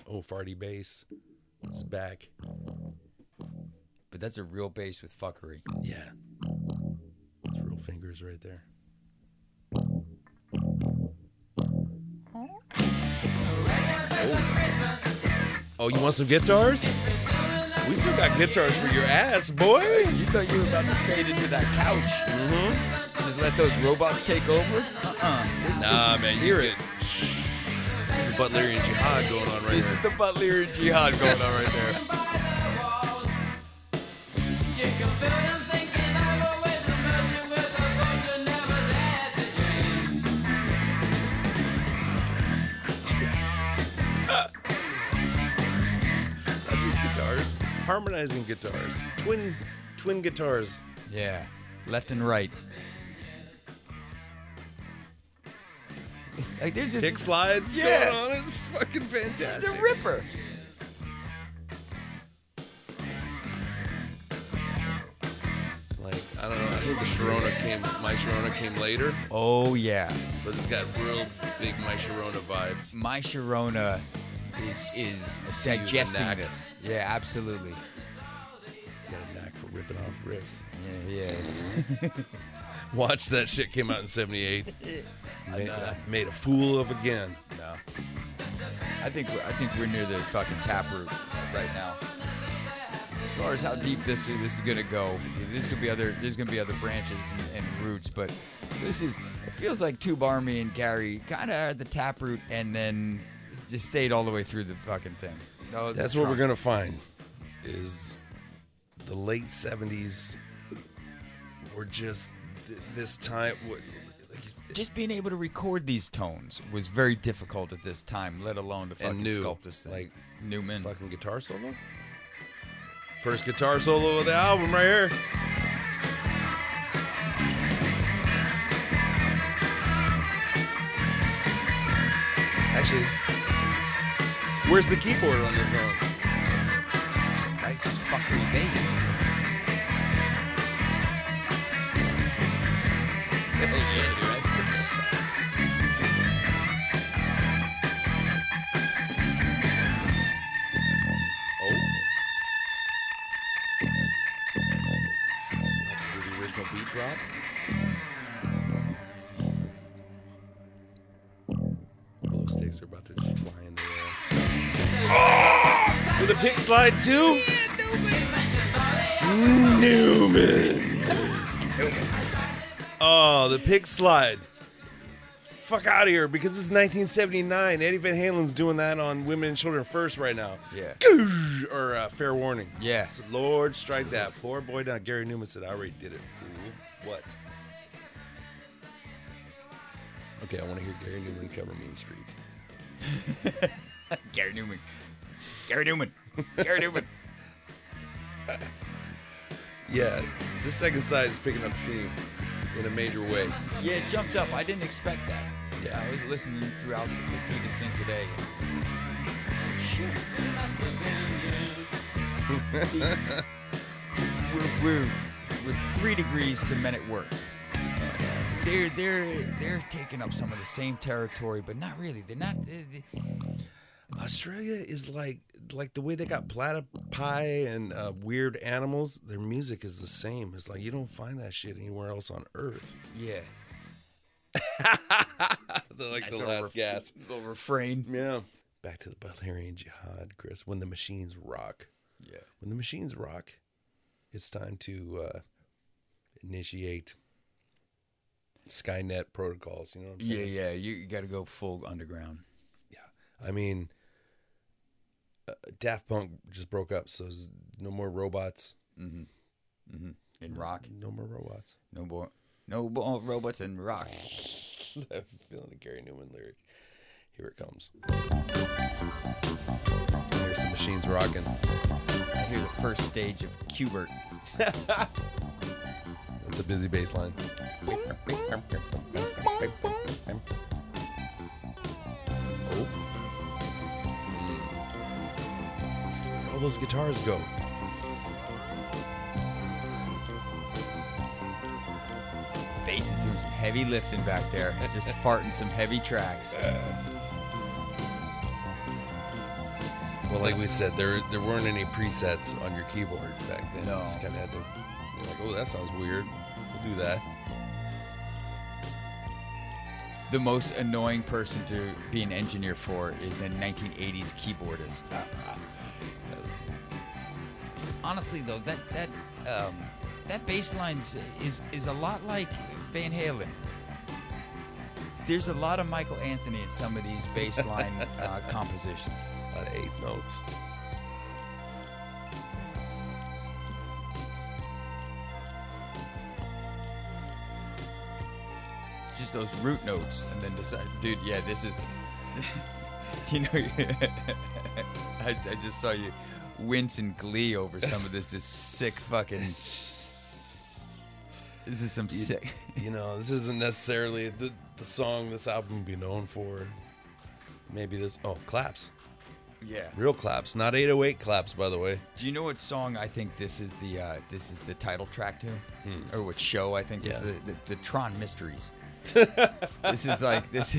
Oh, farty bass. It's back. But that's a real bass with fuckery. Yeah. It's real fingers right there. Oh, you want some guitars? We still got guitars for your ass, boy. You thought you were about to fade into that couch? Mm-hmm. Just let those robots take over? Uh-uh. This, Nah, is man, you spirit. This is Butlerian Jihad going on right This is the Butlerian Jihad going on right there. Not just uh, guitars, harmonizing guitars, twin, twin guitars. Yeah. Left and right. Like there's just Dick slides Yeah. going on. It's fucking the fantastic. Ripper. Like I don't know. I think the Sharona came. My Sharona came later, Oh yeah. but it's got real big My Sharona vibes. My Sharona is is see you in digesting that. this. Yeah, absolutely. Got a knack for ripping off riffs. Yeah, yeah. Watch that shit came out in '78. made, uh, made a fool of again. No. I think I think we're near the fucking taproot right now. As far as how deep this is, this is gonna go, there's gonna be other there's gonna be other branches and, and roots, but this is it feels like Tube Army and Gary kind of at the taproot and then just stayed all the way through the fucking thing. No, the That's what we're trunk. gonna find. Is the late '70s were just th- this time. What, like, just being able to record these tones was very difficult at this time, let alone to fucking new, sculpt this thing. like, Newman, fucking guitar solo. First guitar solo of the album, right here. Actually, where's the keyboard on this song? right? Just fucking bass. Oh. Like the original beat drop. Glow sticks are about to just fly in the air. Oh! With a pick slide too. Newman. Oh, the pick slide. Fuck out of here because it's 1979. Eddie Van Halen's doing that on Women and Children First right now Yeah. or uh, fair warning. Yeah. Lord, strike that poor boy down. Gary Newman said, "I already did it, fool." What? Okay, I want to hear Gary Newman cover Mean Streets. Gary Newman. Gary Newman. Gary Newman. Yeah, this second side is picking up steam in a major way. Yeah, it jumped up. I didn't expect that. Yeah. I was listening throughout through this thing today. See, we're, we're, we're three degrees to men at work. They're they're they're taking up some of the same territory, but not really. They're not. they- they- Australia is like like the way they got platypi and uh, weird animals. Their music is the same. It's like you don't find that shit anywhere else on Earth. Yeah. The, like the They'll last ref- gasp. they'll refrain. Yeah. Back to the Bulgarian Jihad, Chris. When the machines rock. Yeah. When the machines rock, it's time to uh, initiate Skynet protocols. You know what I'm saying? Yeah, yeah. You, you got to go full underground. I mean, uh, Daft Punk just broke up, so there's no more robots. And rock. No more robots. No more. No bo- robots and rock. I'm feeling a Gary Newman lyric. Here it comes. Here's some machines rocking. I hear the first stage of Cubert. It's a busy bass line. Oh. Where'd All those guitars go. Bass is doing some heavy lifting back there. Just farting some heavy tracks. Well, like we said, there there weren't any presets on your keyboard back then. No. You just kind of had to be like, oh, that sounds weird. We'll do that. The most annoying person to be an engineer for is a 1980s keyboardist. Honestly, though, that that um, that bass line is is a lot like Van Halen. There's a lot of Michael Anthony in some of these bass line uh, compositions. A lot of eighth notes. just those root notes and then decide dude yeah this is do you know I, I just saw you wince in glee over some of this this sick fucking this is some sick You know, this isn't necessarily the, the song this album would be known for. Maybe this. Oh, claps. yeah Real claps. Not 808 claps, by the way. do you know what song i think this is the uh this is the title track to or what show i think this Hmm. Yeah. is the, the, the tron mysteries this is like this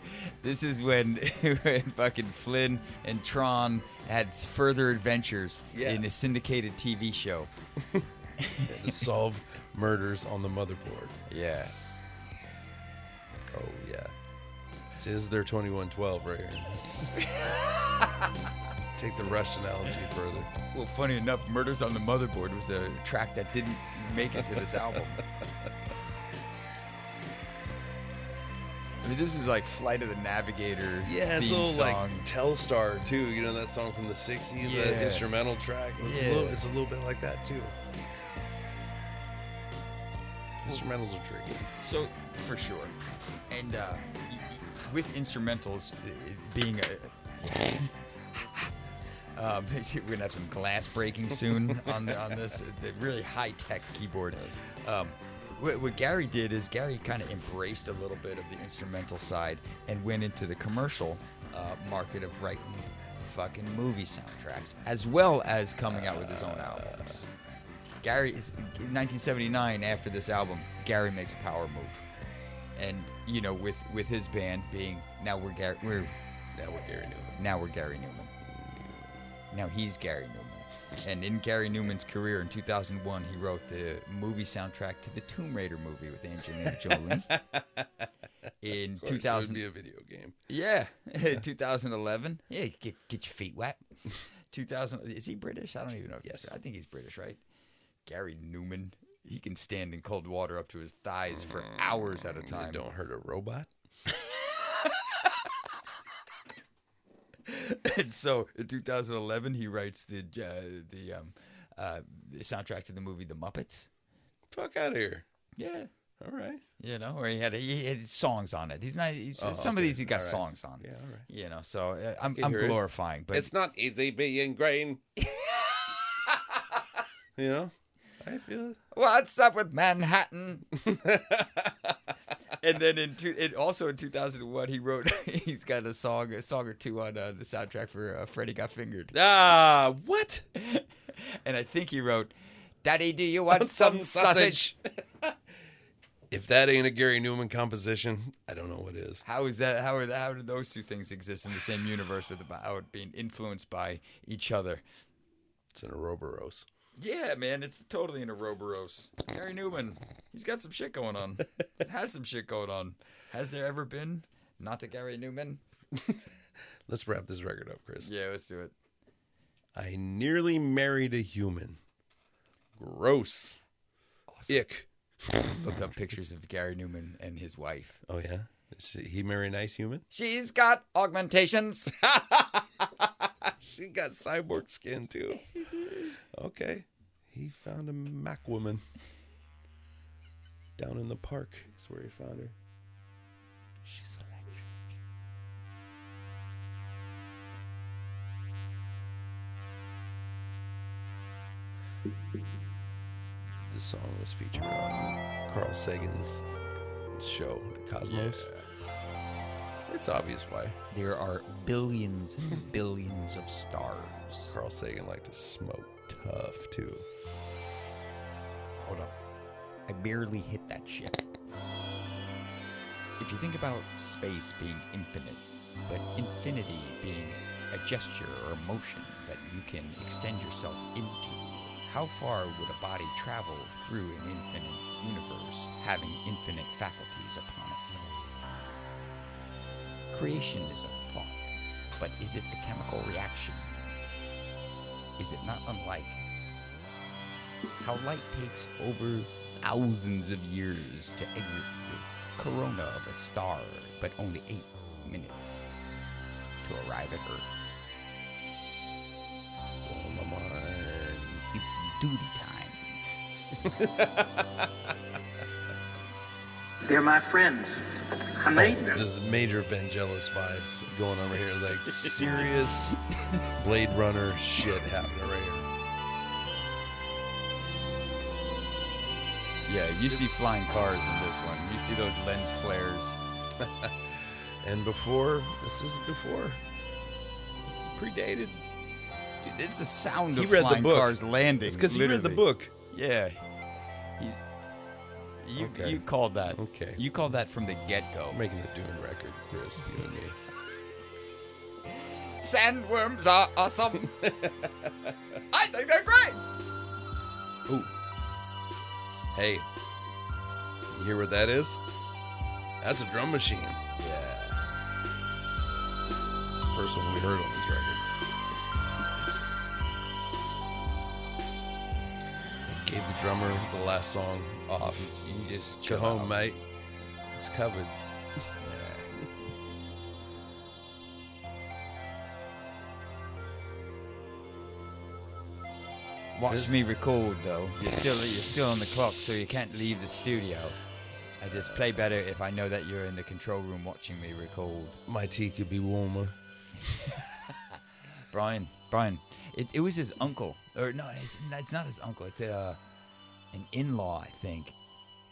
this is when, when fucking Flynn and Tron had further adventures Yeah. in a syndicated TV show. Solve murders on the motherboard. Yeah. Oh, yeah. See, this is their 2112 right here. Take the Rush analogy further. Well, funny enough, Murders on the Motherboard was a track that didn't make it to this album. I mean, this is like Flight of the Navigator Yeah, it's a theme little song. like Telstar too. You know that song from the '60s, Yeah. that instrumental track. It was a Yeah. little, it's a little bit like that too. Instrumentals are tricky. So, for sure. And uh, y- y- with instrumentals it it being a. Um, we're gonna have some glass breaking soon on the, on this uh, the really high tech keyboard. Um, what, what Gary did is Gary kind of embraced a little bit of the instrumental side and went into the commercial uh, market of writing fucking movie soundtracks as well as coming out with his own albums. Gary, is- in 1979, after this album, Gary makes a power move, and you know, with with his band being now we're Gary, we're Now we're Gary Newman. now we're Gary Newman. Now he's Gary Newman, and in Gary Newman's career in 2001, he wrote the movie soundtrack to the Tomb Raider movie with Angelina Jolie. in Of course, it 2000, would be a video game. yeah, 2011. Yeah, get get your feet wet. 2000. Is he British? I don't even know. If Yes. he's, I think he's British, right? Gary Newman. He can stand in cold water up to his thighs for hours at a time. Mm, Don't hurt a robot. And so in 2011, he writes the uh, the um, uh, the soundtrack to the movie The Muppets. Fuck out of here. Yeah. All right. You know, or he had he had songs on it. He's not. He's, some of Oh, okay. these he got All right. songs on. Yeah, all right. You know, so uh, I'm, I'm hear it. glorifying, but It's not easy being green. you know, I feel. What's up with Manhattan? and then in two, and also in 2001, he wrote he's got a song a song or two on uh, the soundtrack for uh, Freddie Got Fingered, Ah, what? and I think he wrote, "Daddy, do you want some sausage?" If that ain't a Gary Newman composition, I don't know what is. How is that? How are that? How do those two things exist in the same universe without being influenced by each other? It's an Ouroboros. Yeah, man, it's totally in a Roboros. Gary Newman, he's got some shit going on. Has some shit going on. Has there ever been not a Gary Newman? Let's wrap this record up, Chris. Yeah, let's do it. I nearly married a human. Gross. Ick. Look up pictures of Gary Newman and his wife. Oh yeah. Is she- he marry a nice human? She's got augmentations. She got cyborg skin too. Okay. He found a Mac woman. Down in the park is where he found her. She's electric. This song was featured on Carl Sagan's show, Cosmos. It's obvious why. there are billions and billions of stars. Carl Sagan liked to smoke tough too. Hold up. I barely hit that shit. If you think about space being infinite, but infinity being a gesture or a motion that you can extend yourself into, how far would a body travel through an infinite universe having infinite faculties upon itself? Creation is a thought, but is it a chemical reaction? Is it not unlike how light takes over thousands of years to exit the corona of a star, but only eight minutes to arrive at Earth. Oh, Blowing my mind. It's duty time. They're my friends. I made them. There's Oh, major Vangelis vibes going on right here, like serious Blade Runner shit happening right here. Yeah, you see flying cars in this one. You see those lens flares. And before, this is before. This is predated. Dude, it's the sound He of read the flying book. cars landing. It's because he read the literally. book. Yeah. He's, you, Okay. you called that. Okay. You called that from the get go. I'm making the Dune record, Chris. You and me. Sandworms are awesome. I think they're great. Ooh. Hey, you hear what that is? That's a drum machine. Yeah. It's the first one we heard on this record. They gave the drummer the last song off. You just Go chill home, out. mate. It's covered. Watch me record though. You're still you're still on the clock, so you can't leave the studio. I just play better if I know that you're in the control room watching me record. My tea could be warmer. Brian, Brian, it, it was his uncle, or no, it's, it's not his uncle. It's uh, an in-law, I think.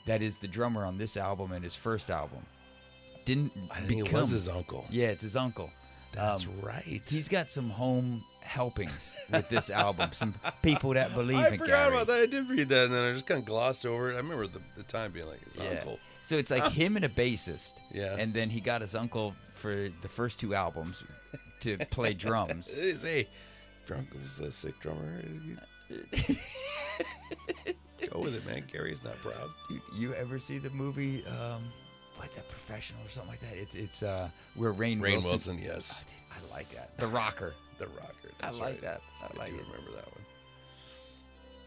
That is the drummer on this album and his first album. Didn't I think it become- was his uncle. Yeah, it's his uncle. That's Um, right. He's got some home helpings with this album. Some people that believe I in forgot Gary. about that. I did read that, and then I just kind of glossed over it. I remember the, the time being like his Yeah. uncle. So it's like him and a bassist. Yeah. And then he got his uncle for the first two albums to play drums. It is a your uncle's a sick drummer. Go with it, man. Gary's not proud. Dude, you ever see the movie um what the professional or something like that? It's it's uh where Rain, Rain Wilson. Wilson, Oh, yes, dude, I like that. The Rocker. the rocker. I That's like right. that. I like do it. remember that one.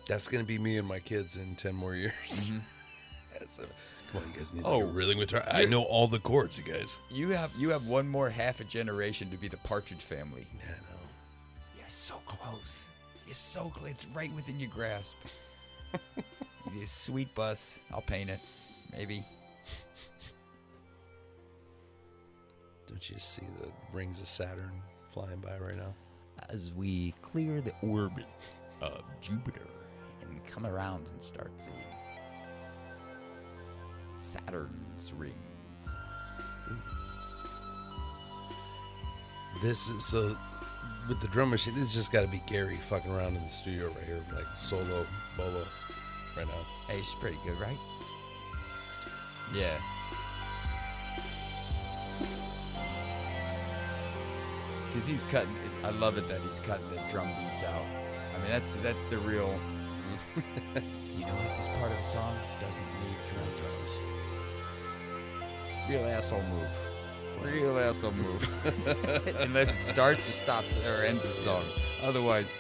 That's gonna be me and my kids in ten more years. That's a- come on, you guys need like Oh. a rhythm guitar. I know all the chords, you guys. You have you have one more half a generation to be the Partridge Family. Yeah, I know. You're so close. You're so close. It's right within your grasp. you sweet bus. I'll paint it. Maybe. Don't you see the rings of Saturn flying by right now? As we clear the orbit of Jupiter and come around and start seeing Saturn's rings. This is so with the drum machine. This just got to be Gary fucking around in the studio right here, like solo bolo, right now. Hey, it's pretty good, right? Yeah. Because he's cutting. I love it that he's cutting the drum beats out. I mean, that's that's the real. you know what? This part of the song doesn't need drum drums. Real asshole move. Real asshole move. Unless it starts or stops or ends the song. Otherwise,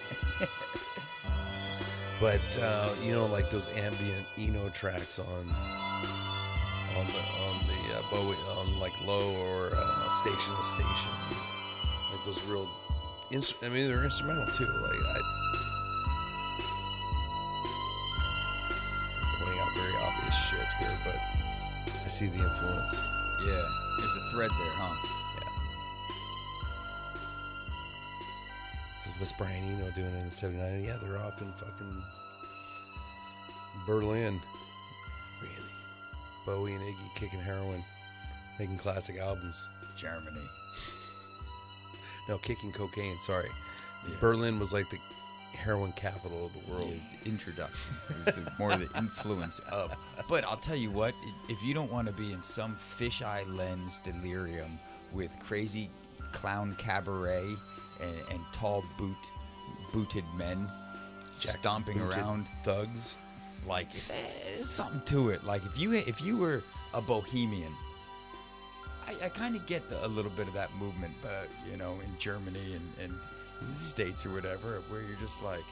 But uh, you know, like those ambient Eno tracks on on the on the uh, Bowie on like low or uh, station to station, like those real. Inst- I mean, they're instrumental too. Like I. Pointing out very obvious shit here, but I see the influence. yeah, there's a thread there, huh? What's Brian Eno doing in '79? Yeah, they're off in fucking Berlin. Really? Bowie and Iggy kicking heroin, making classic albums. Germany. No, kicking cocaine. Sorry. Berlin was like the heroin capital of the world. It was the introduction. It was the, more the influence of. But I'll tell you what, i- if you don't want to be in some fisheye lens delirium with crazy clown cabaret and, and tall boot booted men Jack stomping booted around, thugs. like there's something to it. Like if you if you were a bohemian, I, I kind of get the, a little bit of that movement, but you know, in Germany and, and the states or whatever, where you're just like,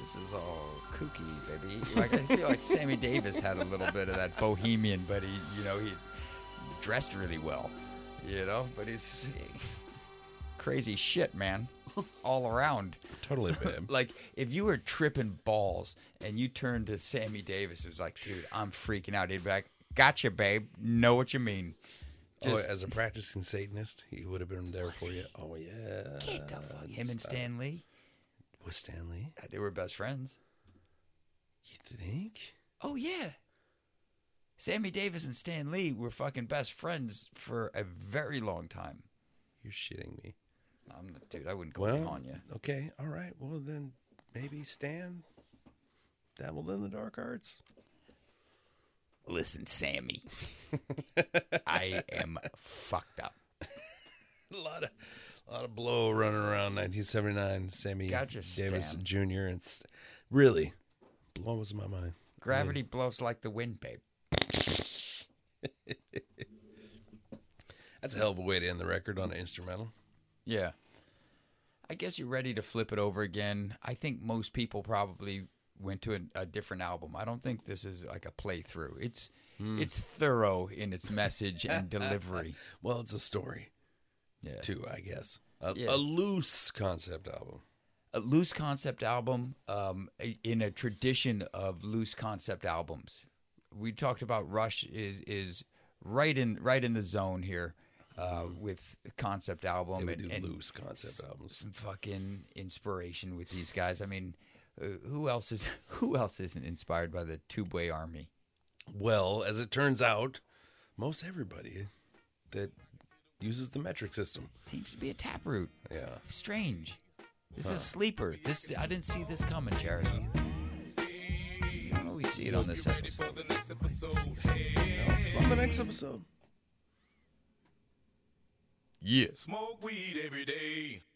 this is all kooky, baby. Like I feel like Sammy Davis had a little bit of that bohemian, but he, you know, he dressed really well, you know, but he's crazy shit, man, all around. Totally, babe. Like if you were tripping balls and you turned to Sammy Davis, it was like, dude, I'm freaking out. He'd be like, "Gotcha, babe. Know what you mean." Just oh, as a practicing Satanist, he would have been there for you. Oh yeah. get the fuck. Him and Stan Lee, With Stanley, they were best friends. you think? Oh yeah. Sammy Davis and Stan Lee were fucking best friends for a very long time. You're shitting me. I'm, dude, I wouldn't go Well, on you. okay, all right. Well, then maybe Stan dabbled in the dark arts. Listen, Sammy, I am fucked up. A lot of, a lot of blow running around 1979. Sammy Gotcha, Davis Stan. Jr. and st- really blows my mind. Gravity blows like the wind, babe. That's a hell of a way to end the record on an instrumental. Yeah. I guess you're ready to flip it over again. I think most people probably went to a, a different album. I don't think this is like a playthrough. It's it's thorough in its message and delivery. Well, it's a story Yeah. too, I guess. A, Yeah. a loose concept album. A loose concept album um, i- in a tradition of loose concept albums. We talked about Rush is is right in right in the zone here uh, with concept album They would and- do and loose concept albums. some fucking inspiration with these guys. I mean, uh, who else is who else isn't inspired by the Tubeway Army? Well, as it turns out, most everybody that uses the metric system. Seems to be a taproot. Yeah. Strange. This is a sleeper. This I didn't see this coming, Jared. I don't always see it on this episode. on the next episode. Yeah. Smoke weed every day.